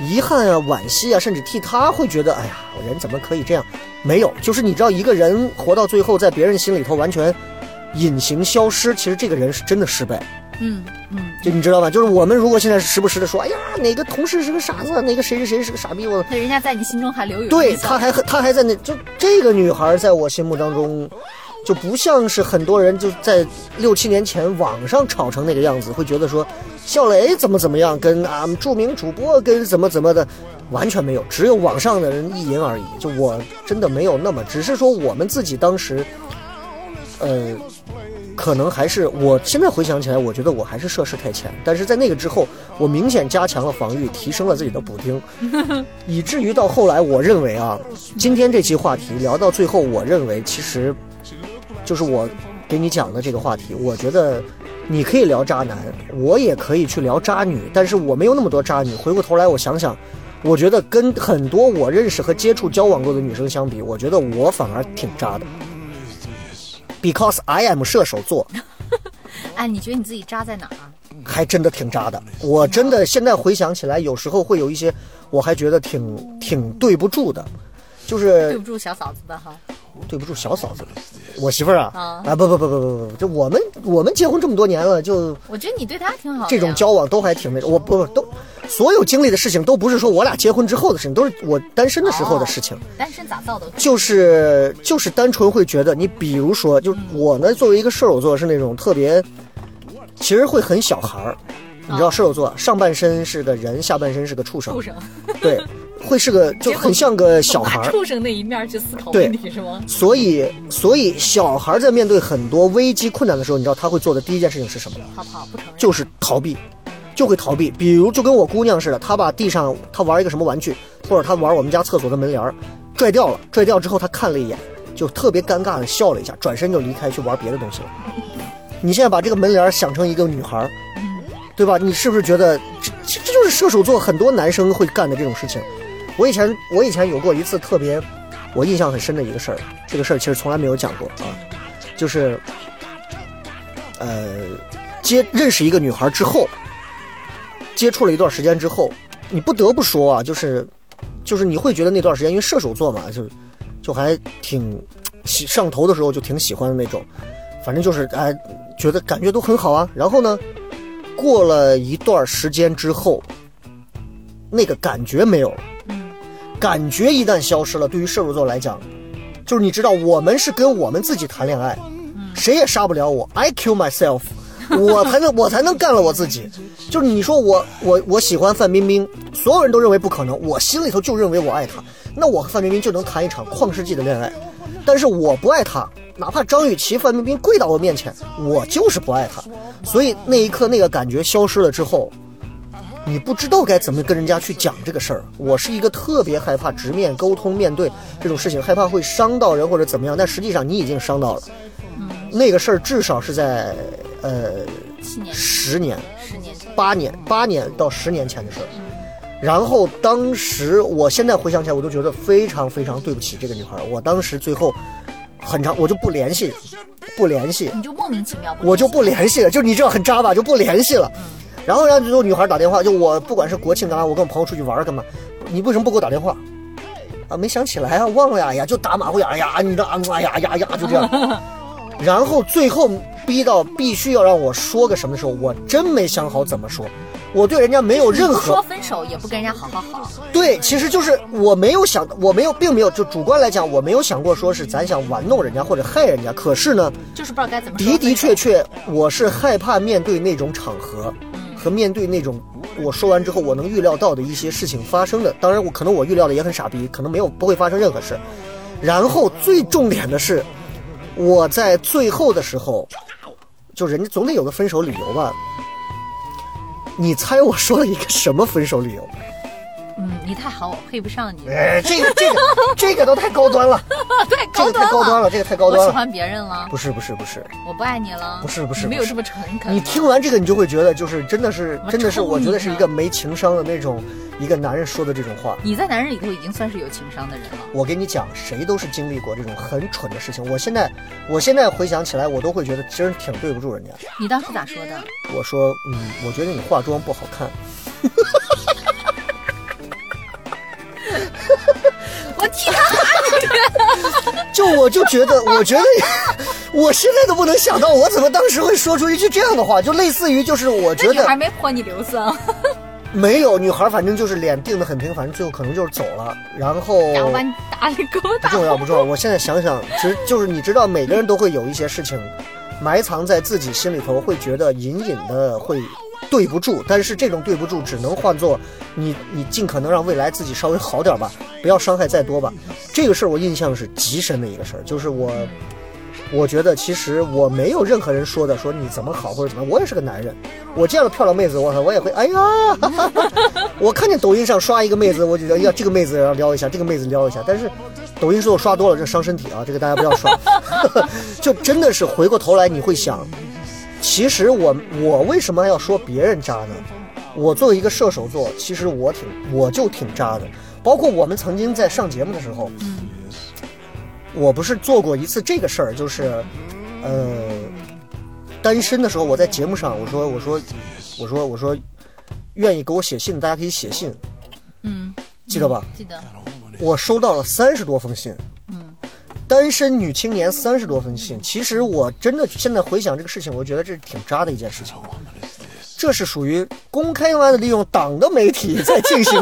S3: 遗憾啊、惋惜啊，甚至替他会觉得，哎呀，我人怎么可以这样？没有，就是你知道，一个人活到最后，在别人心里头完全隐形消失，其实这个人是真的失败。
S4: 嗯嗯，
S3: 就你知道吧？就是我们如果现在时不时的说，哎呀，哪个同事是个傻子，哪个谁谁谁是个傻逼，我
S4: 那人家在你心中还留有啊
S3: 对，
S4: 印象
S3: 她还她还在那，就这个女孩在我心目当中，就不像是很多人就在六七年前网上炒成那个样子，会觉得说笑雷怎么怎么样，跟啊著名主播跟怎么怎么的，完全没有，只有网上的人意淫而已。就我真的没有那么，只是说我们自己当时，呃。可能还是我现在回想起来，我觉得我还是涉世太浅。但是在那个之后，我明显加强了防御，提升了自己的补丁，以至于到后来，我认为啊，今天这期话题聊到最后，我认为其实就是我给你讲的这个话题，我觉得你可以聊渣男，我也可以去聊渣女，但是我没有那么多渣女。回过头来，我想想，我觉得跟很多我认识和接触交往过的女生相比，我觉得我反而挺渣的。Because I am 射手座，
S4: 哎，你觉得你自己渣在哪儿啊？
S3: 还真的挺渣的。我真的现在回想起来，有时候会有一些，我还觉得挺挺对不住的，就
S4: 对
S3: 是
S4: 不住小嫂子的哈，
S3: 对不住小嫂子，我媳妇儿啊
S4: 啊
S3: 啊不不不不不不不，就我们我们结婚这么多年了，就
S4: 我觉得你对他挺好的呀。
S3: 这种交往都还挺那种，我不不都所有经历的事情都不是说我俩结婚之后的事情，都是我单身的时候的事情。
S4: 哦单身咋造的？
S3: 就是就是单纯会觉得，你比如说，就我呢，作为一个射手座是那种特别，其实会很小孩儿。你知道射手座上半身是个人，下半身是个畜生
S4: 啊畜，生，
S3: 对，会是个就很像个小孩
S4: 拿
S3: 儿。
S4: 畜生那一面去思考
S3: 对
S4: 问题是吗？
S3: 所以，所以小孩儿在面对很多危机困难的时候，你知道他会做的第一件事情是什么吗？
S4: 逃跑不承认，
S3: 就是逃避，就会逃避。比如就跟我姑娘似的，她把地上她玩一个什么玩具，或者她玩我们家厕所的门帘儿，拽掉了，拽掉之后她看了一眼，就特别尴尬的笑了一下，转身就离开去玩别的东西了。你现在把这个门帘儿想成一个女孩儿，对吧？你是不是觉得这这这就是射手座很多男生会干的这种事情？我以前我以前有过一次特别我印象很深的一个事儿，这个事儿其实从来没有讲过啊，就是呃接认识一个女孩之后，接触了一段时间之后，你不得不说啊，就是就是你会觉得那段时间，因为射手座嘛，就就还挺喜上头的时候就挺喜欢的那种，反正就是哎觉得感觉都很好啊。然后呢，过了一段时间之后，那个感觉没有了，感觉一旦消失了，对于射手座来讲，就是你知道我们是跟我们自己谈恋爱，谁也杀不了我，I kill myself，我才能我才能干了我自己。就是你说我我我喜欢范冰冰，所有人都认为不可能，我心里头就认为我爱她，那我和范冰冰就能谈一场旷世纪的恋爱。但是我不爱她，哪怕张雨绮、范冰冰跪到我面前，我就是不爱她。所以那一刻那个感觉消失了之后，你不知道该怎么跟人家去讲这个事儿。我是一个特别害怕直面沟通、面对这种事情，害怕会伤到人或者怎么样。但实际上你已经伤到了。那个事儿至少是在呃
S4: 七年
S3: 十年、
S4: 十年前，
S3: 八年、八年到十年前的事儿。然后当时，我现在回想起来，我都觉得非常非常对不起这个女孩儿。我当时最后很长，我就不联系，不联系，
S4: 你就莫名其妙不承认，
S3: 我就不联系了，就你这很渣吧，就不联系了。
S4: 嗯
S3: 然后让这种女孩打电话，就我不管是国庆干嘛，啊我跟我朋友出去玩儿干嘛，你为什么不给我打电话？啊，没想起来啊，忘了呀，哎呀，就打马虎眼，哎呀，你的啊，哎呀呀呀，就这 样。然后最后逼到必须要让我说个什么的时候，我真没想好怎么说，我对人家没有任
S4: 你不
S3: 何
S4: 说分手，也不跟人家好好好，
S3: 对，其实就是我没有想，我没有，并没有，就主观来讲，我没有想过说是咱想玩弄人家或者害人家。可是呢，
S4: 就是不知道该怎么说。
S3: 的的确，确，我是害怕面对那种场合，
S4: 嗯
S3: 和面对那种我说完之后我能预料到的一些事情发生的。当然，我可能我预料的也很傻逼，可能没有不会发生任何事。然后最重点的是，我在最后的时候，就人家总得有个分手理由吧。你猜我说了一个什么分手理由？
S4: 嗯，你太好，我配不上你，
S3: 哎，这个这个这个都太高端了，
S4: 对，
S3: 这
S4: 高
S3: 个太
S4: 端
S3: 高端
S4: 了，
S3: 了，这个太高
S4: 我
S3: 端
S4: 喜
S3: 了。
S4: 欢别人了，
S3: 不是不是不是，
S4: 我不爱你了，
S3: 不是不是
S4: 你没
S3: 不
S4: 有
S3: 是
S4: 这么诚恳。
S3: 你听完这个，你就会觉得就是真的是
S4: 我
S3: 真的是，
S4: 抽你
S3: 我觉得是
S4: 呢
S3: 一个没情商的那种一个男人说的这种话。
S4: 你在男人里头已经算是有情商的人了，
S3: 我跟你讲，谁都是经历过这种很蠢的事情。我现在我现在回想起来，我都会觉得真挺对不住人家。
S4: 你当时咋说的？
S3: 我说，嗯，我觉得你化妆不好看。
S4: 我替他
S3: 就我就觉得，我觉得， 我现在都不能想到，我怎么当时会说出一句这样的话，就类似于就是我觉
S4: 那女
S3: 得哦
S4: 孩没泼你啊硫酸，
S3: 没有女孩，反正就是脸定的很平，反正最后可能就是走了。然后
S4: 打完打了给我
S3: 不
S4: 打。
S3: 重要，不重要。我现在想想，其实就是你知道，每个人都会有一些事情埋藏在自己心里头，会觉得隐隐的会对不住，但是这种对不住只能换作你，你尽可能让未来自己稍微好点吧，不要伤害再多吧。这个事儿我印象是极深的一个事儿，就是我。我觉得其实我没有任何人说的，说你怎么好或者怎么样，我也是个男人，我见了漂亮妹子，我操，我也会，哎呀，哈哈哈 我看见抖音上刷一个妹子，我就觉得，哎呀，这个妹子要撩一下，这个妹子撩一下，但是抖音是我刷多了，这伤身体啊，这个大家不要刷， 就真的是回过头来你会想，其实我我为什么要说别人渣呢？我作为一个射手座，其实我挺我就挺渣的，包括我们曾经在上节目的时候，我不是做过一次这个事儿，就是，呃，单身的时候，我在节目上我说我说我说我说，愿意给我写信，大家可以写信，
S4: 嗯，
S3: 记得吧？
S4: 记得
S3: 我收到了三十多封信，嗯，单身女青年三十多封信。其实我真的现在回想这个事情，我觉得这是挺渣的一件事情。这是属于公开化的利用党的媒体在进行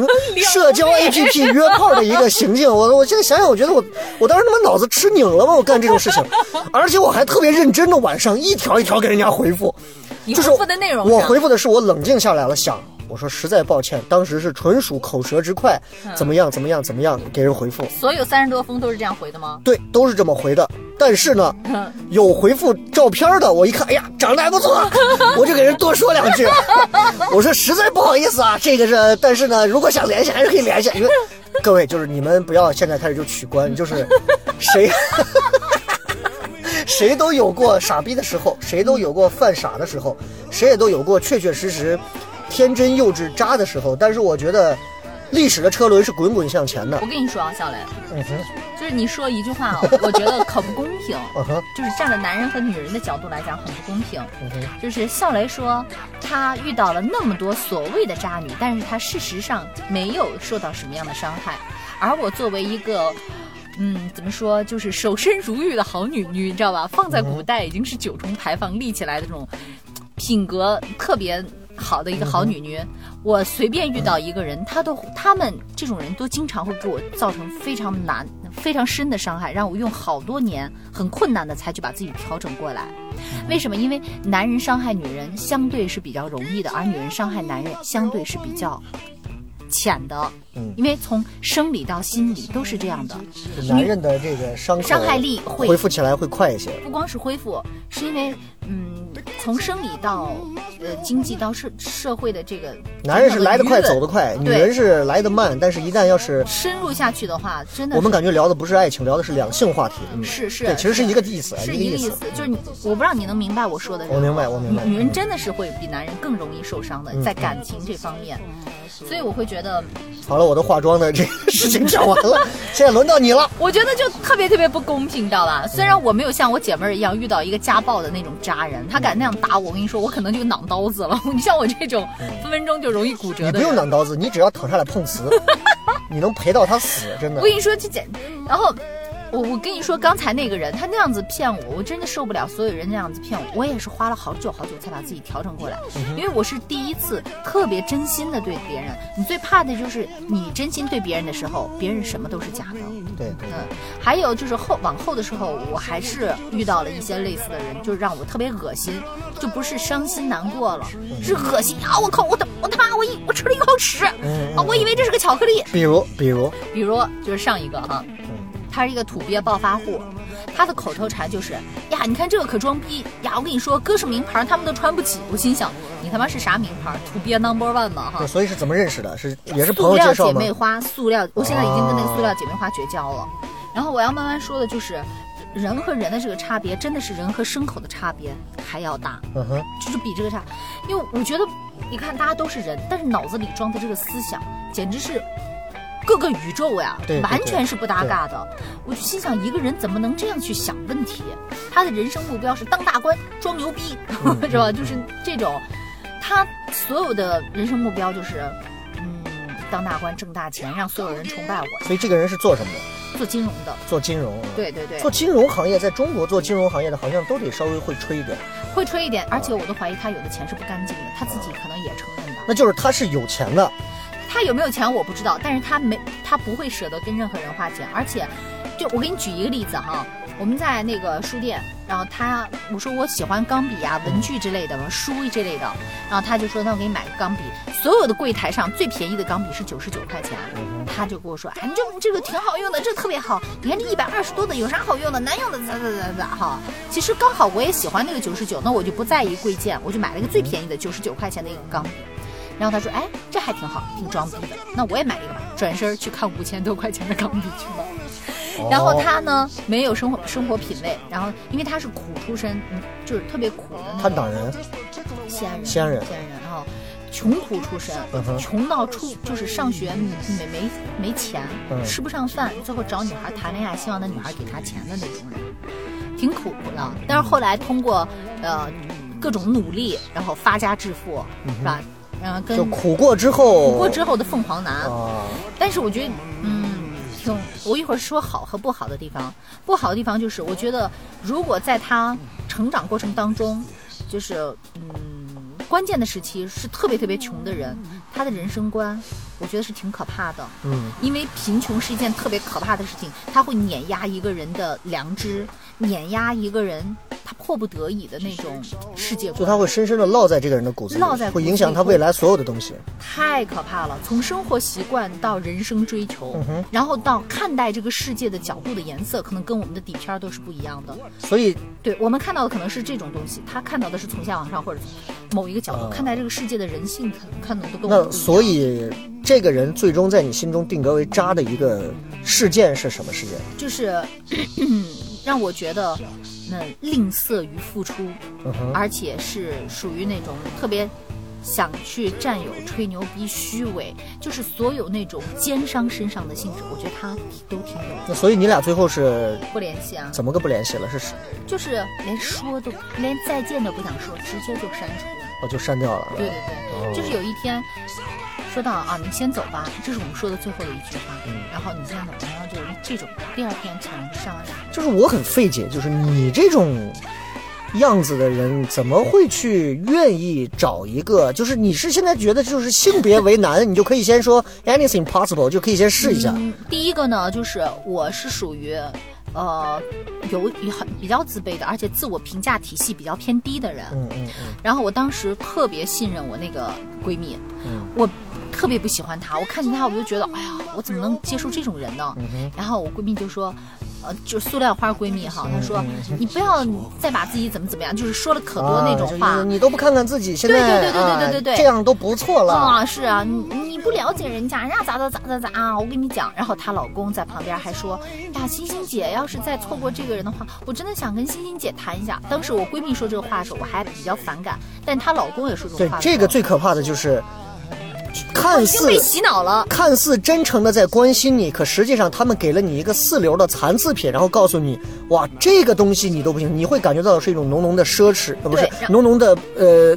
S3: 社交 APP 约炮的一个行径。我我现在想想，我觉得我我当时他妈脑子吃拧了吗？我干这种事情，而且我还特别认真的晚上一条一条给人家回复，
S4: 你
S3: 就是
S4: 回复的内容是
S3: 我回复的是我冷静下来了想。我说实在抱歉，当时是纯属口舌之快，
S4: 嗯
S3: 怎么样怎么样怎么样给人回复，
S4: 所有三十多封都是这样回的吗？
S3: 对，都是这么回的。但是 呢，有回复照片的，我一看，哎呀，长得还不错， 我就给人多说两句。我说实在不好意思啊，这个是，但是呢，如果想联系还是可以联系。因为各位就是你们不要现在开始就取关，就是谁 谁都有过傻逼的时候，谁都有过犯傻的时候，谁也都有过确确实实天真幼稚渣的时候。但是我觉得，历史的车轮是滚滚向前的
S4: 我。跟你说啊，小雷，
S3: 嗯哼，
S4: 就是你说一句话啊，我觉得可不公平。
S3: 嗯哼，
S4: 就是站在男人和女人的角度来讲，很不公平。
S3: 嗯哼。
S4: 就是笑雷说，他遇到了那么多所谓的渣女，但是他事实上没有受到什么样的伤害。而我作为一个，嗯，怎么说，就是守身如玉的好女女，你知道吧？放在古代已经是九重牌坊立起来的这种品格特别好的一个好女女。我随便遇到一个人，她都她们这种人都经常会给我造成非常难、非常深的伤害，让我用好多年很困难的才去把自己调整过来。为什么？因为男人伤害女人相对是比较容易的，而女人伤害男人相对是比较浅的。
S3: 嗯
S4: 因为从生理到心理都是这样的，
S3: 男人的这个伤口
S4: 伤害力会
S3: 呃恢复起来会快一些。
S4: 不光是恢复，是因为嗯，从生理到呃经济到社社会的这个
S3: 男人是来得快走得
S4: 的
S3: 快，女
S4: 对
S3: 人是来得慢，但是一旦要是
S4: 深入下去的话，真的
S3: 我们
S4: 是
S3: 感觉聊的不是爱情，聊的是两性话题，嗯，
S4: 是是，
S3: 对，其实是一个意思，
S4: 是
S3: 一
S4: 一
S3: 个
S4: 个
S3: 意思
S4: 意思。，就是你，我不知道你能明白我说的。
S3: 我明白我明白嗯
S4: 女人真的是会比男人更容易受伤的，在感情这方面，所以我会觉得，
S3: 好了，我的化妆的这个事情讲完 了，现在轮到你了。
S4: 我觉得就特别特别不公平，你知道吧？虽然我没有像我姐妹儿一样遇到一个家暴的那种渣人，他敢那样打我，我跟你说，我可能就脑刀子了。 你像我这种分分钟就容易骨折
S3: 你
S4: 的
S3: 不用
S4: 人，
S3: 挡刀子，你只要躺下来碰 瓷，你能陪到他死，真的
S4: 我。跟你说，这简，然后。我我跟你说，刚才那个人他那样子骗我，我真的受不了。所有人那样子骗我，我也是花了好久好久才把自己调整过来，因为我是第一次特别真心的对别人。你最怕的就是你真心对别人的时候，别人什么都是假的。
S3: 对对，
S4: 嗯，还有就是后往后的时候，我还是遇到了一些类似的人，就是让我特别恶心，就不是伤心难过了，是恶心啊！我靠，我他我他妈我一我吃了一口屎
S3: 嗯
S4: 啊！我以为这是个巧克力。
S3: 比如比如，
S4: 比如就是上一个哈、他是一个土鳖暴发户，他的口头禅就是呀，你看这个可装逼呀！我跟你说，哥是名牌，他们都穿不起。我心想，你他妈是啥名牌？土鳖 number one 嘛哈
S3: 对，！所以是怎么认识的？是也是朋
S4: 塑
S3: 友
S4: 料
S3: 介绍
S4: 姐
S3: 吗哦
S4: 妹？花，塑料，我现在已经跟那个塑料姐妹花绝交了。然后我要慢慢说的就是，人和人的这个差别，真的是人和牲口的差别还要大，
S3: 嗯哼，
S4: 就是比这个差。因为我觉得，你看大家都是人，但是脑子里装的这个思想，简直是。各个宇宙呀
S3: 对对，
S4: 完全是不搭嘎的。我就心想，一个人怎么能这样去想问题？他的人生目标是当大官、装牛逼，
S3: 嗯
S4: 是吧？就是这种，他所有的人生目标就是，嗯，当大官挣大钱，让所有人崇拜我，
S3: 所以这个人是做什么的？
S4: 做金融的。
S3: 做金融。啊
S4: 对对对
S3: 做，金融行业，在中国做金融行业的，好像都得稍微会吹一点。
S4: 会吹一点，而且我都怀疑他有的钱是不干净的，他自己可能也承认的。
S3: 那就是他是有钱的，
S4: 他有没有钱我不知道，但是他没，他不会舍得跟任何人花钱，而且，就我给你举一个例子哈，我们在那个书店，然后他我说我喜欢钢笔啊、文具之类的嘛，书之类的，然后他就说那我给你买个钢笔，所有的柜台上最便宜的钢笔是九十九块钱，他就跟我说，哎，你这这个挺好用的，这特别好，你看这一百二十多的有啥好用的，难用的咋咋咋咋哈。其实刚好我也喜欢那个九十九，那我就不在意贵贱，我就买了一个最便宜的九十九块钱的一个钢笔。然后他说：“哎，这还挺好，挺装逼的，那我也买一个吧。”转身去看五千多块钱的钢笔去了。然后他呢，没有生活生活品味，然后因为他是苦出身，嗯就是特别苦的那
S3: 他
S4: 种
S3: 党人，
S4: 西安人，
S3: 西安人
S4: 西安人，然后穷苦出身，
S3: 嗯哼
S4: 穷到出就是上学没没没钱，
S3: 嗯
S4: 吃不上饭，最后找女孩谈恋爱，希望那女孩给他钱的那种人，挺苦的。
S3: 嗯
S4: 但是后来通过呃各种努力，然后发家致富，是吧？然后跟
S3: 嗯就苦过之后，
S4: 嗯苦过之后的凤凰男，
S3: 啊，
S4: 但是我觉得，嗯，挺，我一会儿说好和不好的地方。不好的地方就是，我觉得如果在他成长过程当中，就是嗯，关键的时期是特别特别穷的人，他的人生观，我觉得是挺可怕的。
S3: 嗯，
S4: 因为贫穷是一件特别可怕的事情，它会碾压一个人的良知，碾压一个人他迫不得已的那种世界观。
S3: 就他会深深的烙在这个人的骨子里
S4: 烙在，骨
S3: 会
S4: 子里
S3: 影响他未来所有的东西。
S4: 太可怕了！从生活习惯到人生追求，
S3: 嗯
S4: 然后到看待这个世界的角度的颜色，可能跟我们的底片儿都是不一样的。
S3: 所以
S4: 对我们看到的可能是这种东西，他看到的是从下往上或者某一个角度、
S3: 啊
S4: 看待这个世界的人性，可能看能都跟
S3: 那
S4: 我们不一样。
S3: 所以这个人最终在你心中定格为渣的一个事件是什么事件？
S4: 就是咳咳让我觉得，嗯，吝啬于付出，
S3: 嗯
S4: 而且是属于那种特别想去占有、吹牛逼、虚伪，就是所有那种奸商身上的性质，我觉得他都挺有的。
S3: 那所以你俩最后是
S4: 不联系啊，
S3: 怎么个不联系了？是是
S4: 就是连说都连再见都不想说，直接就删除了。
S3: 哦，就删掉了。
S4: 对对对，
S3: 哦
S4: 就是有一天说到啊，你先走吧，这是我们说的最后的一句话。
S3: 嗯
S4: 然后你先走，然后就是这种。第二天抢着上完大
S3: 就是我很费解，就是你这种样子的人，怎么会去愿意找一个？就是你是现在觉得就是性别为难，你就可以先说 anything possible，就可以先试一下。
S4: 嗯，第一个呢，就是我是属于。呃，有有很比较自卑的，而且自我评价体系比较偏低的人。
S3: 嗯嗯
S4: 然后我当时特别信任我那个闺蜜，我特别不喜欢她，我看见她我就觉得，哎呀，我怎么能接受这种人呢？然后我闺蜜就说。呃，就是塑料花闺蜜哈，她说你不要再把自己怎么怎么样，就是说了可
S3: 嗯，
S4: 多那
S3: 啊
S4: 种
S3: 就是
S4: 话。
S3: 你都不看看自己现在
S4: 对对对对对对对对
S3: 啊这样都不错了。
S4: 啊，是啊，你你不了解人家，人家咋咋咋咋咋啊！我跟你讲，然后她老公在旁边还说，呀，欣欣姐要是再错过这个人的话，我真的想跟欣欣姐谈一下。当时我闺蜜说这个话的时候，我还比较反感，但她老公也说这
S3: 对
S4: 种话，的时候，
S3: 这个最可怕的就是看
S4: 哦已经
S3: 似
S4: 被洗脑了。
S3: 看似真诚的在关心你，可实际上他们给了你一个四流的残次品，然后告诉你，哇，这个东西你都不行，你会感觉到是一种浓浓的奢侈，呃不是
S4: 对然
S3: 浓浓的呃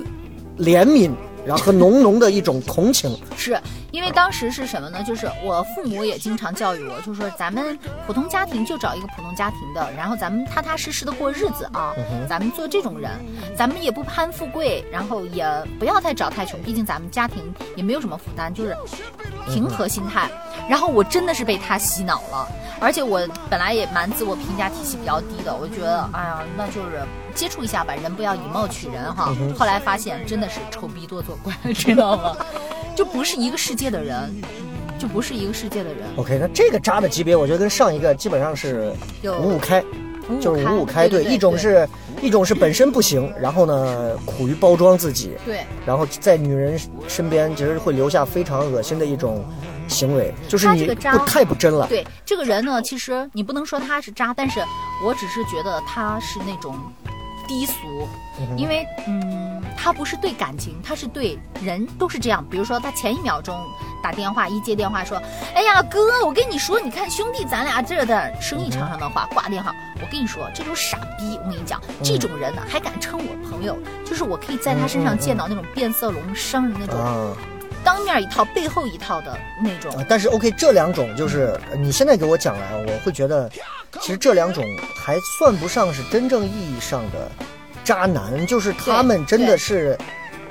S3: 怜悯，然后和浓浓的一种同情。
S4: 是因为当时是什么呢？就是我父母也经常教育我，就说咱们普通家庭就找一个普通家庭的，然后咱们踏踏实实的过日子啊，咱们做这种人，咱们也不攀富贵，然后也不要再找太穷，毕竟咱们家庭也没有什么负担，就是平和心
S3: 嗯
S4: 态。然后我真的是被他洗脑了，而且我本来也蛮自我评价体系比较低的，我觉得哎呀，那就是接触一下吧，人不要以貌取人哈。
S3: 嗯
S4: 后来发现真的是丑逼多作怪， 知道吗？就不是一个世界的人，就不是一个世界的人。
S3: OK，那这个渣的级别，我觉得跟上一个基本上是
S4: 有
S3: 五五开，
S4: 五五
S3: 就是
S4: 开
S3: 五五开。
S4: 对对对
S3: 一种是一种是本身不行，然后呢苦于包装自己，
S4: 对，
S3: 然后在女人身边其实会留下非常恶心的一种行为，就是
S4: 他
S3: 你
S4: 这个渣
S3: 不太不真了。
S4: 对这个人呢，其实你不能说他是渣，但是我只是觉得他是那种低俗，因为嗯，他不是对感情，他是对人都是这样。比如说他前一秒钟打电话，一接电话说：“哎呀哥，我跟你说，你看兄弟咱俩这的生意场上的话，挂电话，我跟你说，这种傻逼，我跟你讲，这种人呢还敢称我朋友，就是我可以在他身上见到那种变色龙商人那种
S3: 啊。
S4: 当面一套背后一套的那种。
S3: 啊，但是 OK，这两种就是呃你现在给我讲来，我会觉得，其实这两种还算不上是真正意义上的渣男，就是他们真的是，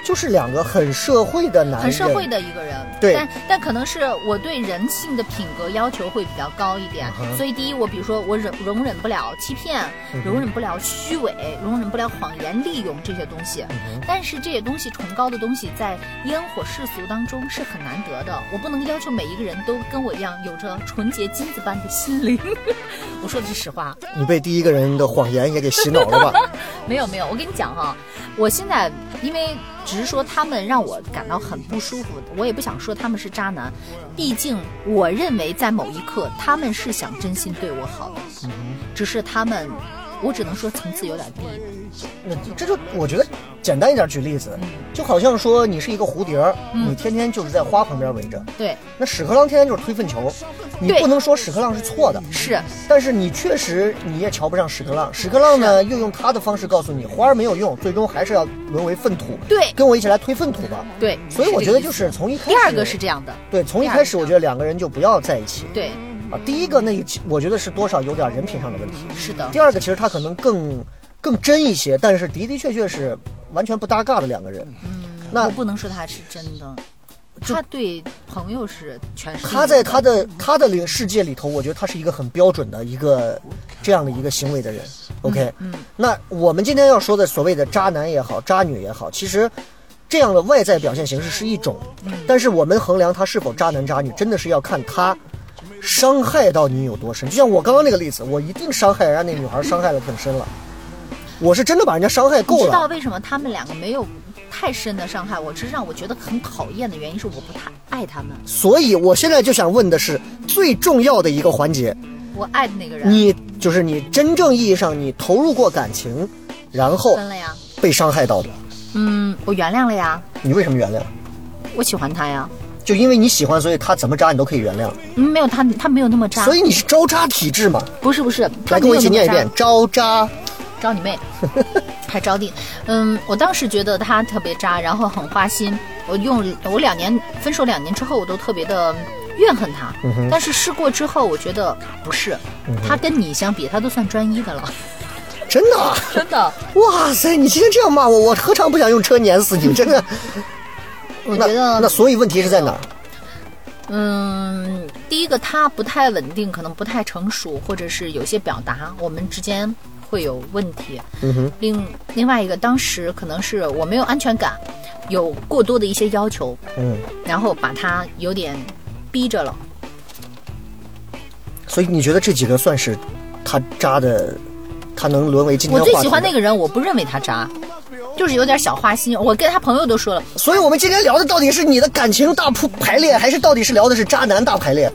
S3: 就是两个很社会的男人，
S4: 很社会的一个人，
S3: 对
S4: 但但可能是我对人性的品格要求会比较高一点，
S3: 嗯
S4: 所以第一，我比如说我忍容忍不了欺骗，容忍不了虚伪，容忍不了谎言利用这些东西。
S3: 嗯
S4: 但是这些东西崇高的东西，在烟火世俗当中是很难得的。我不能要求每一个人都跟我一样有着纯洁金子般的心灵。 我说的是实话。
S3: 你被第一个人的谎言也给洗脑了 吧？
S4: 没有没有，我跟你讲哈、我现在因为只是说他们让我感到很不舒服，我也不想说他们是渣男，毕竟我认为在某一刻他们是想真心对我好的，
S3: 嗯
S4: 只是他们，我只能说层次有点低。
S3: 那这就我觉得简单一点举例子，
S4: 嗯
S3: 就好像说你是一个蝴蝶儿，你天天就是在花旁边围着，
S4: 对，
S3: 那屎壳郎天天就是推粪球，你
S4: 对
S3: 不能说屎壳郎是错的，
S4: 是
S3: 但是你确实你也瞧不上屎壳郎，屎壳郎呢又用他的方式告诉你花儿没有用，最终还是要沦为粪土。
S4: 对
S3: 跟我一起来推粪土吧。
S4: 对，
S3: 所以
S4: 这
S3: 我
S4: 个
S3: 觉得
S4: 意
S3: 就
S4: 思
S3: 是从一开始，
S4: 第二个是这样的，
S3: 对，从一
S4: 第二
S3: 开
S4: 个
S3: 始我觉得两个人就不要在一起。
S4: 对，
S3: 啊，第一个那我觉得是多少有点人品上的问题，
S4: 是的
S3: 第，二个其实他可能更更真一些，但是的的确确是完全不搭嘎的两个人。那
S4: 嗯我不能说他是真的，
S3: 就
S4: 他对朋友是全是
S3: 他在他的他的领世界里头，我觉得他是一个很标准的一个这样的一个行为的人。OK，
S4: 嗯
S3: 那我们今天要说的所谓的渣男也好，渣女也好，其实这样的外在表现形式是一种，
S4: 嗯
S3: 但是我们衡量他是否渣男渣女，真的是要看他伤害到你有多深。就像我刚刚那个例子，我一定伤害人家那女孩，伤害的更深了。我是真的把人家伤害
S4: 你
S3: 够
S4: 知道
S3: 了，
S4: 为什么他们两个没有太深的伤害我？只是让我觉得很讨厌的原因是我不太爱他们，
S3: 所以我现在就想问的是最重要的一个环节，
S4: 我爱的那个人
S3: 你就是你真正意义上你投入过感情，然后
S4: 分了呀。
S3: 被伤害到的，
S4: 嗯，我原谅了呀，
S3: 你为什么原谅？
S4: 我喜欢他呀。
S3: 就因为你喜欢，所以他怎么渣你都可以原谅，
S4: 嗯，没有他，他没有那么渣。
S3: 所以你是招渣体质嘛？
S4: 不是不是，他
S3: 来跟我一起
S4: 没
S3: 念
S4: 有
S3: 一
S4: 那么
S3: 遍
S4: 渣，
S3: 招渣。
S4: 招你 妹，还招弟。嗯，我当时觉得他特别渣，然后很花心。我用我两年分手两年之后，我都特别的怨恨他。但是试过之后，我觉得不是，他跟你相比，他都算专一的 了，
S3: 真的啊，
S4: 真的。
S3: 哇塞！你今天这样骂我，我何尝不想用车碾死你？真的。
S4: 我
S3: 那
S4: 觉得
S3: 那所以问题是在哪儿？
S4: 嗯，第一个他不太稳定，可能不太成熟，或者是有些表达，我们之间会有问题。嗯哼。另另外一个，当时可能是我没有安全感，有过多的一些要求，
S3: 嗯，
S4: 然后把他有点逼着了。
S3: 所以你觉得这几个算是他渣的，他能沦为今天
S4: 我
S3: 话
S4: 最
S3: 题？
S4: 喜欢那。个人，我不认为他渣，就是有点小花心。我跟他朋友都说了，
S3: 所以我们今天聊的到底是你的感情大铺排列，还是到底是聊的是渣男大排列？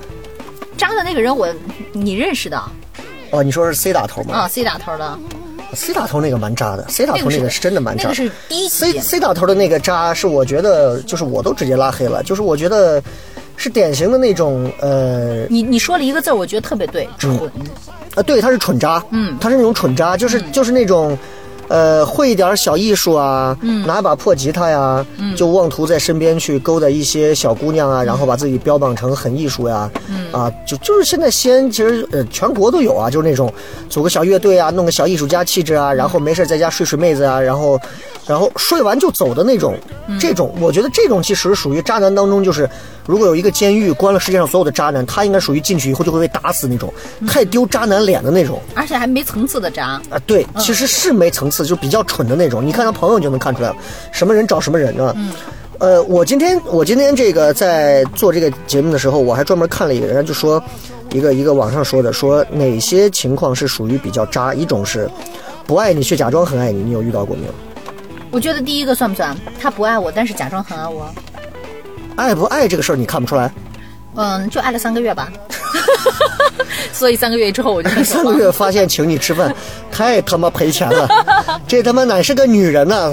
S4: 渣的那个人我你认识的
S3: 哦，你说是 C 打头吗？
S4: 啊，C 打头的，
S3: C 打头那个蛮渣的，C 打头那个是真的蛮渣。
S4: 那个是第一集
S3: C C 打头的那个渣是我觉得就是我都直接拉黑了，就是我觉得是典型的那种呃
S4: 你你说了一个字儿，我觉得特别对，蠢。
S3: 啊，对，他是蠢渣，嗯，他是那种蠢渣，就是、就是那种。呃，会一点小艺术啊，嗯、拿把破吉他呀、就妄图在身边去勾搭一些小姑娘啊，然后把自己标榜成很艺术呀、嗯、啊，就就是现在西安其实呃全国都有啊，就是那种组个小乐队啊，弄个小艺术家气质啊，然后没事在家睡睡妹子啊，然后然后睡完就走的那种，这种我觉得这种其实属于渣男当中，就是如果有一个监狱关了世界上所有的渣男，他应该属于进去以后就会被打死那种，太丢渣男脸的那种。
S4: 而且还没层次的渣。
S3: 啊，对，其实是没层次，就比较蠢的那种。你看他朋友你就能看出来了，什么人找什么人啊。嗯。呃，我今天我今天这个在做这个节目的时候，我还专门看了一个人家就说，一个一个网上说的，说哪些情况是属于比较渣，一种是不爱你却假装很爱你，你有遇到过没有？
S4: 我觉得第一个算不算？他不爱我，但是假装很爱我。
S3: 爱不爱这个事儿你看不出来，
S4: 嗯，就爱了三个 月吧。所以三个月之后我就分手
S3: 三个
S4: 了。
S3: 月发现请你吃饭，太他妈赔钱了，这他妈哪是个女人呐、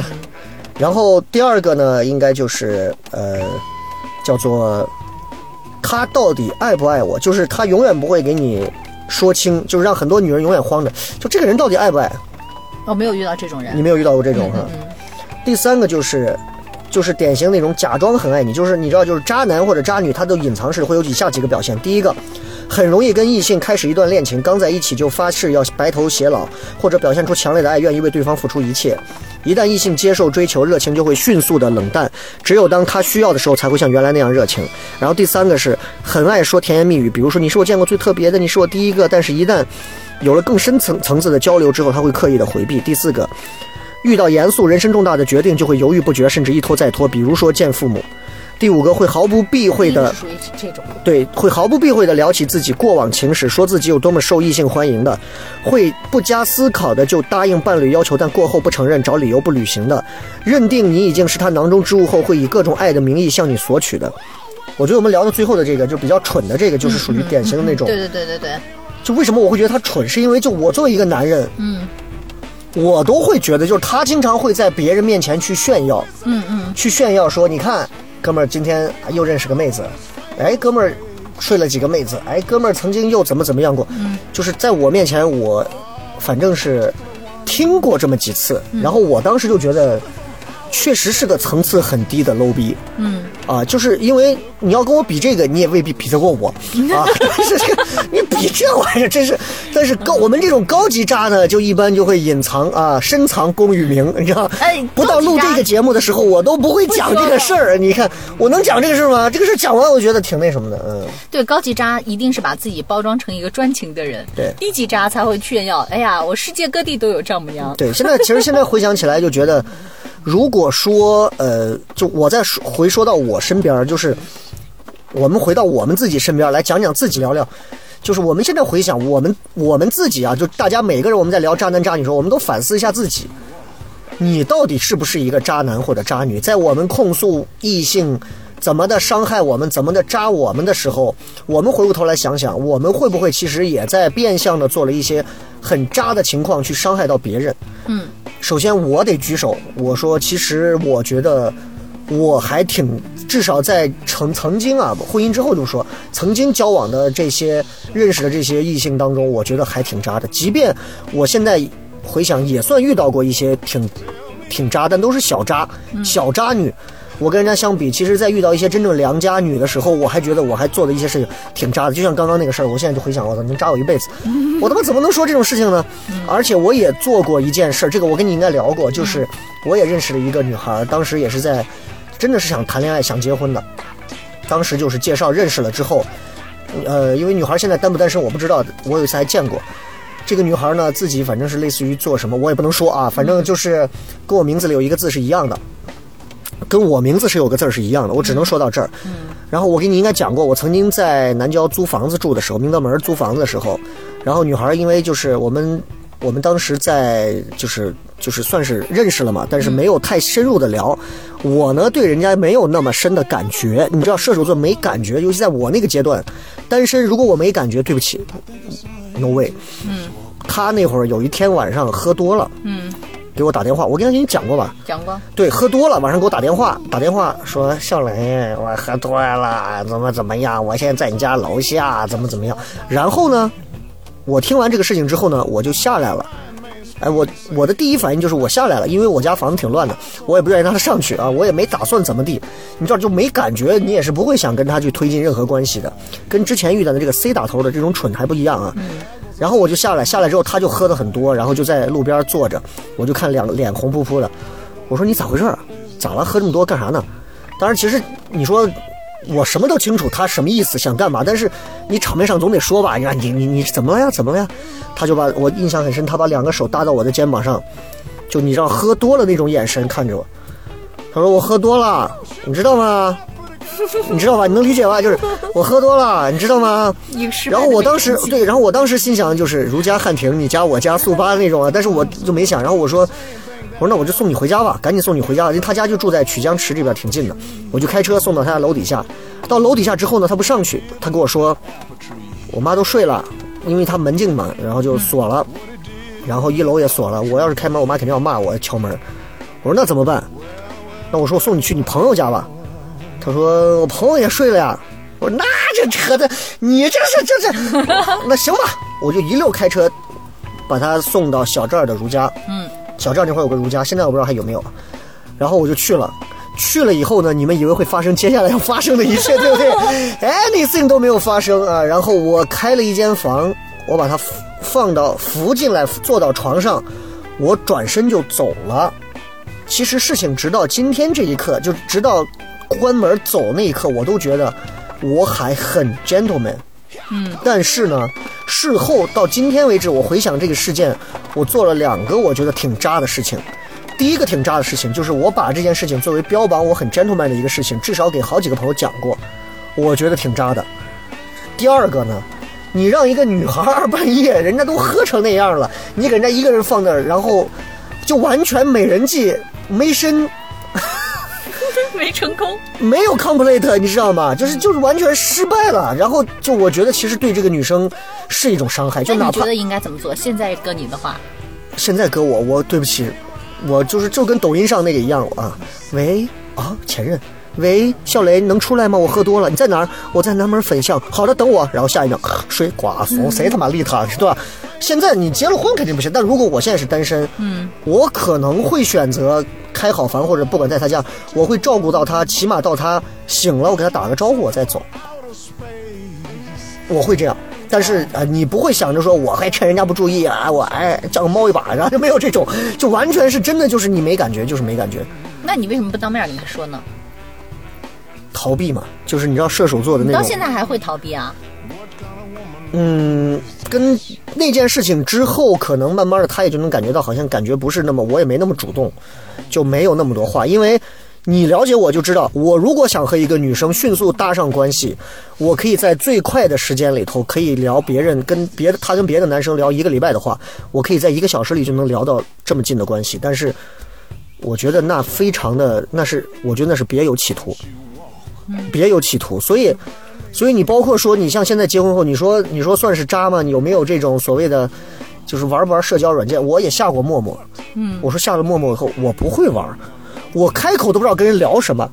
S3: 然后第二个呢，应该就是呃，叫做他到底爱不爱我，就是他永远不会给你说清，就是让很多女人永远慌着，就这个人到底爱不爱？
S4: 我哦没有遇到这种
S3: 你
S4: 人。
S3: 没有遇到过这种哈、第三个就是，就是典型那种假装很爱你，就是你知道，就是渣男或者渣女，他的隐藏式会有以下几个表现：第一个，很容易跟异性开始一段恋情，刚在一起就发誓要白头偕老，或者表现出强烈的爱，愿意为对方付出一切。一旦异性接受追求，热情就会迅速的冷淡，只有当他需要的时候，才会像原来那样热情。然后第三个是很爱说甜言蜜语，比如说你是我见过最特别的，你是我第一个。但是，一旦有了更深层层次的交流之后，他会刻意的回避。第四个，遇到严肃、人生重大的决定就会犹豫不决，甚至一拖再拖，比如说见父母。第五个会毫不避讳的
S4: 是属于这种。
S3: 对，会毫不避讳地聊起自己过往情史，说自己有多么受异性欢迎的，会不加思考的就答应伴侣要求，但过后不承认，找理由不履行的，认定你已经是他囊中之物后，会以各种爱的名义向你索取的。我觉得我们聊到最后的这个，就比较蠢的这个，就是属于典型的那种。
S4: 对对对对对，
S3: 就为什么我会觉得他蠢，是因为就我作为一个男人，嗯，我都会觉得就是他经常会在别人面前去炫耀，
S4: 嗯嗯，
S3: 去炫耀说，你看，哥们儿今天又认识个妹子，哎，哥们儿睡了几个妹子，哎，哥们儿曾经又怎么怎么样过，
S4: 嗯
S3: 就是在我面前
S4: 嗯
S3: 我反正是听过这么几次，然后我当时就觉得确实是个层次很低的 low 逼。
S4: 嗯，
S3: 啊，就是因为你要跟我比这个，你也未必比得过 我啊。但是这个你比这玩意儿真是，但是
S4: 嗯
S3: 高我们这种高级渣呢，就一般就会隐藏啊，深藏功与名，你知道吗
S4: 哎？
S3: 不到
S4: 高级
S3: 录
S4: 渣
S3: 这个节目的时候，我都不会讲这个事儿。你看，我能讲这个事儿吗？这个事儿讲完，我觉得挺那什么的，嗯。
S4: 对，高级渣一定是把自己包装成一个专情的人，
S3: 对
S4: 低级渣才会炫耀。哎呀，我世界各地都有丈母娘。
S3: 对，现在其实现在回想起来就觉得，如果说呃，就我再说回说到我身边儿，就是我们回到我们自己身边儿来讲讲自己聊聊。就是我们现在回想我们我们自己啊，就大家每个人我们在聊渣男渣女的时候，我们都反思一下自己，你到底是不是一个渣男或者渣女？在我们控诉异性怎么的伤害我们、怎么的渣我们的时候，我们回过头来想想，我们会不会其实也在变相的做了一些很渣的情况去伤害到别人？首先我得举手，我说其实我觉得我还挺，至少在曾曾经啊，婚姻之后就说，曾经交往的这些认识的这些异性当中，我觉得还挺渣的。即便我现在回想，也算遇到过一些挺挺渣，但都是小渣、小渣女。我跟人家相比，其实，在遇到一些真正良家女的时候，我还觉得我还做的一些事情挺渣的。就像刚刚那个事儿，我现在就回想，我操，能渣我一辈子， 我他妈怎么能说这种事情呢？而且我也做过一件事儿，这个我跟你应该聊过，就是我也认识了一个女孩儿，当时也是在，真的是想谈恋爱、想结婚的。当时就是介绍认识了之后，呃，因为女孩现在单不单身我不知道，我有一次还见过。这个女孩呢，自己反正是类似于做什么，我也不能说啊，反正就是跟我名字里有一个字是一样的，跟我名字是有个字儿是一样的，我只能说到这儿。然后我给你应该讲过，我曾经在南郊租房子住的时候，明德门租房子的时候，然后女孩因为就是我们我们当时在就是就是算是认识了嘛，但是没有太深入的聊。我呢对人家没有那么深的感觉，你知道射手座没感觉，尤其在我那个阶段，单身如果我没感觉，对不起，no way。他那会儿有一天晚上喝多了，
S4: 嗯，
S3: 给我打电话，我跟他给你讲过吧？
S4: 讲过，
S3: 对，喝多了，晚上给我打电话，打电话说笑磊，我喝多了，怎么怎么样？我现在在你家楼下，怎么怎么样？然后呢，我听完这个事情之后呢，我就下来了。哎，我我的第一反应就是我下来了，因为我家房子挺乱的，我也不愿意让他上去啊，我也没打算怎么地，你知道就没感觉，你也是不会想跟他去推进任何关系的，跟之前遇到的这个 C 打头的这种蠢还不一样啊。然后我就下来，下来之后他就喝的很多，然后就在路边坐着，我就看两个脸红扑扑的，我说你咋回事儿？啊咋了？喝这么多干啥呢？当然，其实你说我什么都清楚他什么意思，想干嘛，但是你场面上总得说吧，你看你你你怎么了呀？怎么了呀？他就把我印象很深，他把两个手搭到我的肩膀上，就你知道喝多了那种眼神看着我，他说我喝多了，你知道吗？你知道吧？你能理解吧？就是我喝多了，你知道吗？
S4: 一个失败
S3: 然
S4: 的
S3: 后我当
S4: 美
S3: 时
S4: 人计
S3: 对，然后我当时心想就是如家汉庭，你家我家速八那种啊，但是我就没想。然后我说，我说那我就送你回家吧，赶紧送你回家吧，因为他家就住在曲江池这边，挺近的。我就开车送到他家楼底下。到楼底下之后呢，他不上去，他跟我说，我妈都睡了，因为他门禁嘛，然后就锁了，然后一楼也锁了。我要是开门，我妈肯定要骂我，敲门。我说那怎么办？那我说我送你去你朋友家吧。他说我朋友也睡了呀。我说那这扯的，你这是 这这，那行吧，我就一溜开车，把他送到小寨儿的如家。
S4: 嗯，
S3: 小寨儿那块儿有个如家，现在我不知道还有没有。然后我就去了，去了以后呢，你们以为会发生接下来要发生的一切，对不对？anything 都没有发生啊。然后我开了一间房，我把他放到扶进来，坐到床上，我转身就走了。其实事情直到今天这一刻，就直到关门走那一刻，我都觉得我还很 gentleman。嗯，但是呢，事后到今天为止，我回想这个事件，我做了两个我觉得挺渣的事情。第一个挺渣的事情就是我把这件事情作为标榜我很 gentleman 的一个事情，至少给好几个朋友讲过，我觉得挺渣的。第二个呢，你让一个女孩儿半夜人家都喝成那样了，你给人家一个人放那儿，然后就完全美人计，没身
S4: 没成功，
S3: 没有 complete，你知道吗？就是就是完全失败了。然后就我觉得其实对这个女生是一种伤害，就
S4: 那
S3: 哪
S4: 你
S3: 怕
S4: 觉得应该怎么做？现在搁你的话，
S3: 现在搁我，我对不起，我就是就跟抖音上那个一样啊。喂啊，前任，喂，笑雷，你能出来吗？我喝多了，你在哪儿？我在南门粉巷。好的，等我。然后下一秒，啊水寡怂，谁他妈理他，对吧？现在你结了婚肯定不行，但如果我现在是单身，嗯，我可能会选择开好房，或者不管在他家，我会照顾到他，起码到他醒了，我给他打个招呼，我再走。我会这样，但是啊、呃你不会想着说我还趁人家不注意啊， 我哎叫个猫一把，然后就没有这种，就完全是真的就是你没感觉，就是没感觉，
S4: 那你为什么不当面跟他说呢？
S3: 逃避嘛，就是你知道射手座的
S4: 你
S3: 那
S4: 到
S3: 种。
S4: 现在还会逃避啊？
S3: 嗯，跟那件事情之后，可能慢慢的他也就能感觉到，好像感觉不是那么，我也没那么主动，就没有那么多话。因为你了解我就知道，我如果想和一个女生迅速搭上关系，我可以在最快的时间里头，可以聊别人跟别的他跟别的男生聊一个礼拜的话，我可以在一个小时里就能聊到这么近的关系。但是我觉得那非常的，那是我觉得那是别有企图，别有企图，所以。所以你包括说，你像现在结婚后，你说你说算是渣吗？你有没有这种所谓的，就是玩不玩社交软件？我也下过陌陌，嗯，我说下了陌陌以后，我不会玩，我开口都不知道跟人聊什么。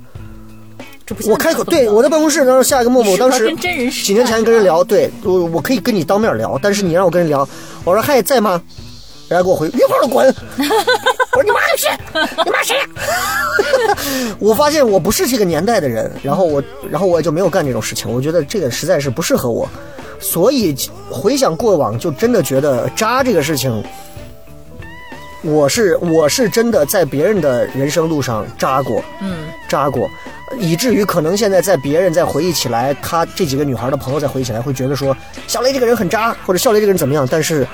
S4: 这不
S3: 我开口对我在办公室，当时下一个陌陌，我
S4: 你适
S3: 当
S4: 合
S3: 时
S4: 跟真人实
S3: 几年
S4: 战
S3: 前
S4: 是啊
S3: 跟人
S4: 吧
S3: 聊，对我我可以跟你当面聊，但是你让我跟人聊，我说嗨在吗？人家给我回约炮的滚，我说你妈是，你妈谁呀、 我发现我不是这个年代的人，然后我，然后我也就没有干这种事情。我觉得这个实在是不适合我，所以回想过往，就真的觉得渣这个事情，我是我是真的在别人的人生路上渣过，嗯，渣过，以至于可能现在在别人再回忆起来，他这几个女孩的朋友再回忆起来，会觉得说小雷这个人很渣，或者小雷这个人怎么样，但是。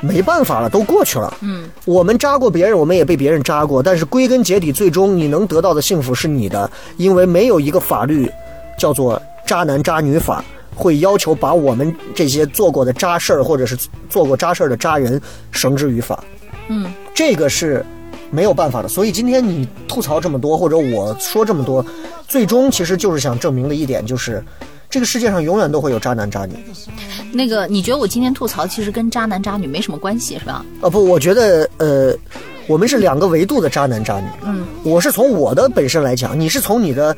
S3: 没办法了，都过去了。嗯，我们扎过别人，我们也被别人扎过，但是归根结底，最终你能得到的幸福是你的，因为没有一个法律叫做“渣男渣女法”会要求把我们这些做过的渣事儿，或者是做过渣事儿的渣人绳之于法。嗯，这个是没有办法的。所以今天你吐槽这么多，或者我说这么多，最终其实就是想证明的一点就是，这个世界上永远都会有渣男渣女。
S4: 那个，你觉得我今天吐槽其实跟渣男渣女没什么关系是吧？
S3: 啊不，我觉得呃，我们是两个维度的渣男渣女。嗯，我是从我的本身来讲，你是从你的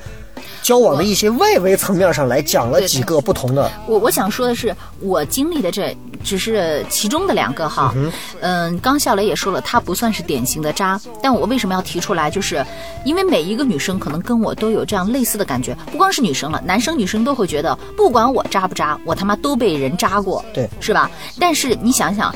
S3: 交往的一些外围层面上来讲了
S4: 对
S3: 几个不同的。
S4: 我我想说的是，我经历的这只是其中的两个哈。嗯、刚笑雷也说了，他不算是典型的渣，但我为什么要提出来，就是因为每一个女生可能跟我都有这样类似的感觉，不光是女生了，男生女生都会觉得，不管我渣不渣，我他妈都被人渣过，
S3: 对
S4: 是吧？但是你想想。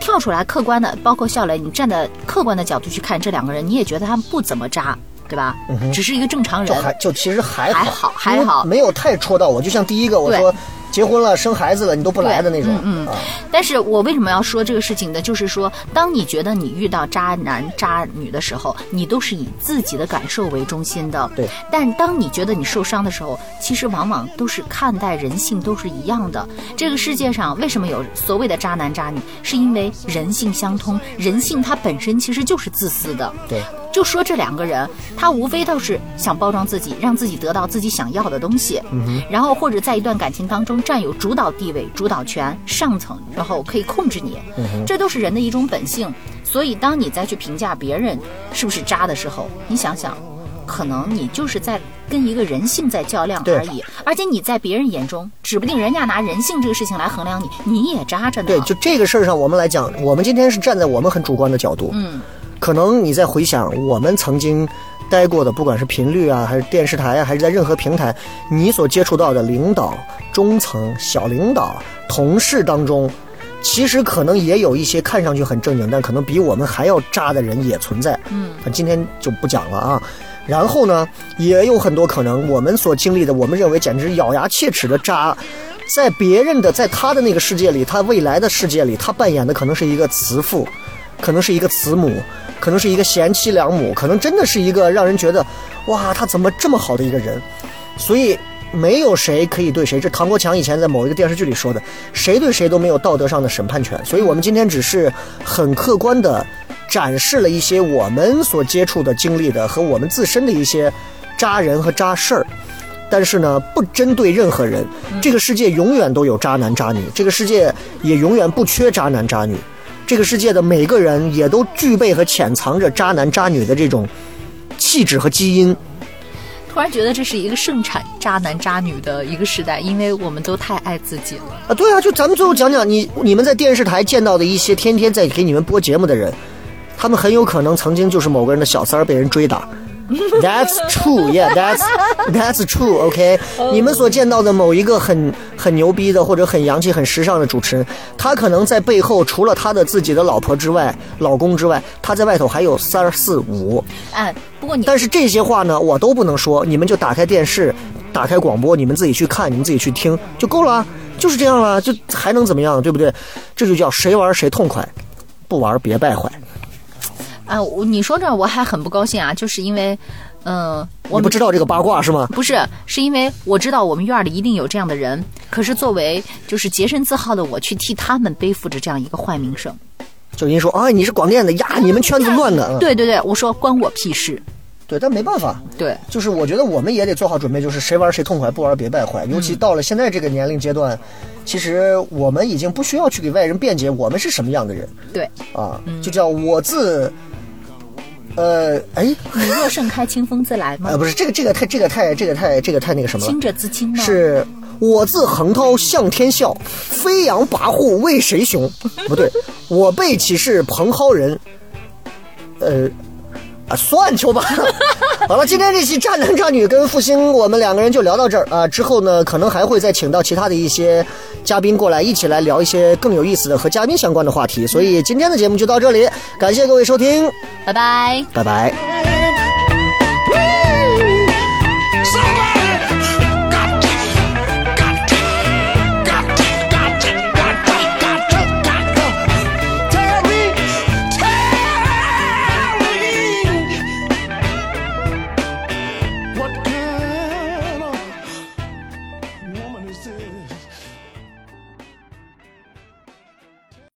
S4: 跳出来，客观的，包括笑雷，你站在客观的角度去看这两个人，你也觉得他们不怎么渣，对吧？只是一个正常
S3: 嗯就
S4: 人，
S3: 还就其实还
S4: 还
S3: 好
S4: 好，还
S3: 因为
S4: 好
S3: 没有太戳到我。就像第一个我
S4: 对
S3: 说结婚了生孩子了你都不来的那种，嗯啊、
S4: 但是我为什么要说这个事情呢？就是说，当你觉得你遇到渣男渣女的时候，你都是以自己的感受为中心的。
S3: 对。
S4: 但当你觉得你受伤的时候，其实往往都是看待人性都是一样的。这个世界上为什么有所谓的渣男渣女，是因为人性相通，人性它本身其实就是自私的。
S3: 对。
S4: 就说这两个人，他无非倒是想包装自己，让自己得到自己想要的东西，然后或者在一段感情当中占有主导地位、主导权、上层，然后可以控制你，这都是人的一种本性。所以，当你再去评价别人是不是渣的时候，你想想，可能你就是在跟一个人性在较量
S3: 对
S4: 而已，而且你在别人眼中，指不定人家拿人性这个事情来衡量你，你也渣着呢。
S3: 对，就这个事儿上，我们来讲，我们今天是站在我们很主观的角度，嗯，可能你在回想我们曾经待过的，不管是频率啊，还是电视台啊，还是在任何平台，你所接触到的领导、中层、小领导、同事当中。其实可能也有一些看上去很正经，但可能比我们还要渣的人也存在。嗯，今天就不讲了啊。然后呢，也有很多可能我们所经历的，我们认为简直咬牙切齿的渣，在别人的，在他的那个世界里，他未来的世界里，他扮演的可能是一个慈父，可能是一个慈母，可能是一个贤妻良母，可能真的是一个让人觉得，哇，他怎么这么好的一个人？所以没有谁可以对谁，这唐国强以前在某一个电视剧里说的，谁对谁都没有道德上的审判权。所以我们今天只是很客观的展示了一些我们所接触的经历的和我们自身的一些渣人和渣事儿。但是呢，不针对任何人，这个世界永远都有渣男渣女，这个世界也永远不缺渣男渣女，这个世界的每个人也都具备和潜藏着渣男渣女的这种气质和基因。
S4: 突然觉得这是一个盛产渣男渣女的一个时代，因为我们都太爱自己了。
S3: 啊，对啊，就咱们最后讲讲你你们在电视台见到的一些天天在给你们播节目的人，他们很有可能曾经就是某个人的小三儿被人追打。That's true, yeah, that's that's true, OK。你们所见到的某一个很很牛逼的或者很洋气、很时尚的主持人，他可能在背后除了他的自己的老婆之外、老公之外，他在外头还有三儿四五。
S4: 哎，不过你
S3: 但是这些话呢，我都不能说，你们就打开电视，打开广播，你们自己去看，你们自己去听就够了，啊就是这样了，就还能怎么样，对不对？这就叫谁玩谁痛快，不玩别败坏。
S4: 啊，我你说这儿我还很不高兴啊，就是因为，嗯、我
S3: 你
S4: 们
S3: 不知道这个八卦是吗？
S4: 不是，是因为我知道我们院儿里一定有这样的人，可是作为就是洁身自好的我，去替他们背负着这样一个坏名声。
S3: 就人说啊，你是广电的呀，你们圈子乱的。嗯
S4: 对对对，我说关我屁事。
S3: 对，但没办法，
S4: 对，
S3: 就是我觉得我们也得做好准备，就是谁玩谁痛快，不玩别败坏。尤其到了现在这个年龄阶段，其实我们已经不需要去给外人辩解我们是什么样的人
S4: 对，
S3: 啊，就叫我自，呃，哎，
S4: 你若盛开，清风自来吗
S3: 呃，？不是这个这个太这个太这个太这个太那个什么了
S4: 清，者自清吗？
S3: 是我自横涛向天笑，飞扬跋扈为谁雄？不对，我辈岂是蓬蒿人？呃。啊，算球吧。 好了，今天这期渣男渣女跟复兴，我们两个人就聊到这儿啊。之后呢，可能还会再请到其他的一些嘉宾过来，一起来聊一些更有意思的和嘉宾相关的话题。所以今天的节目就到这里，感谢各位收听，
S4: 拜拜。
S3: 拜拜。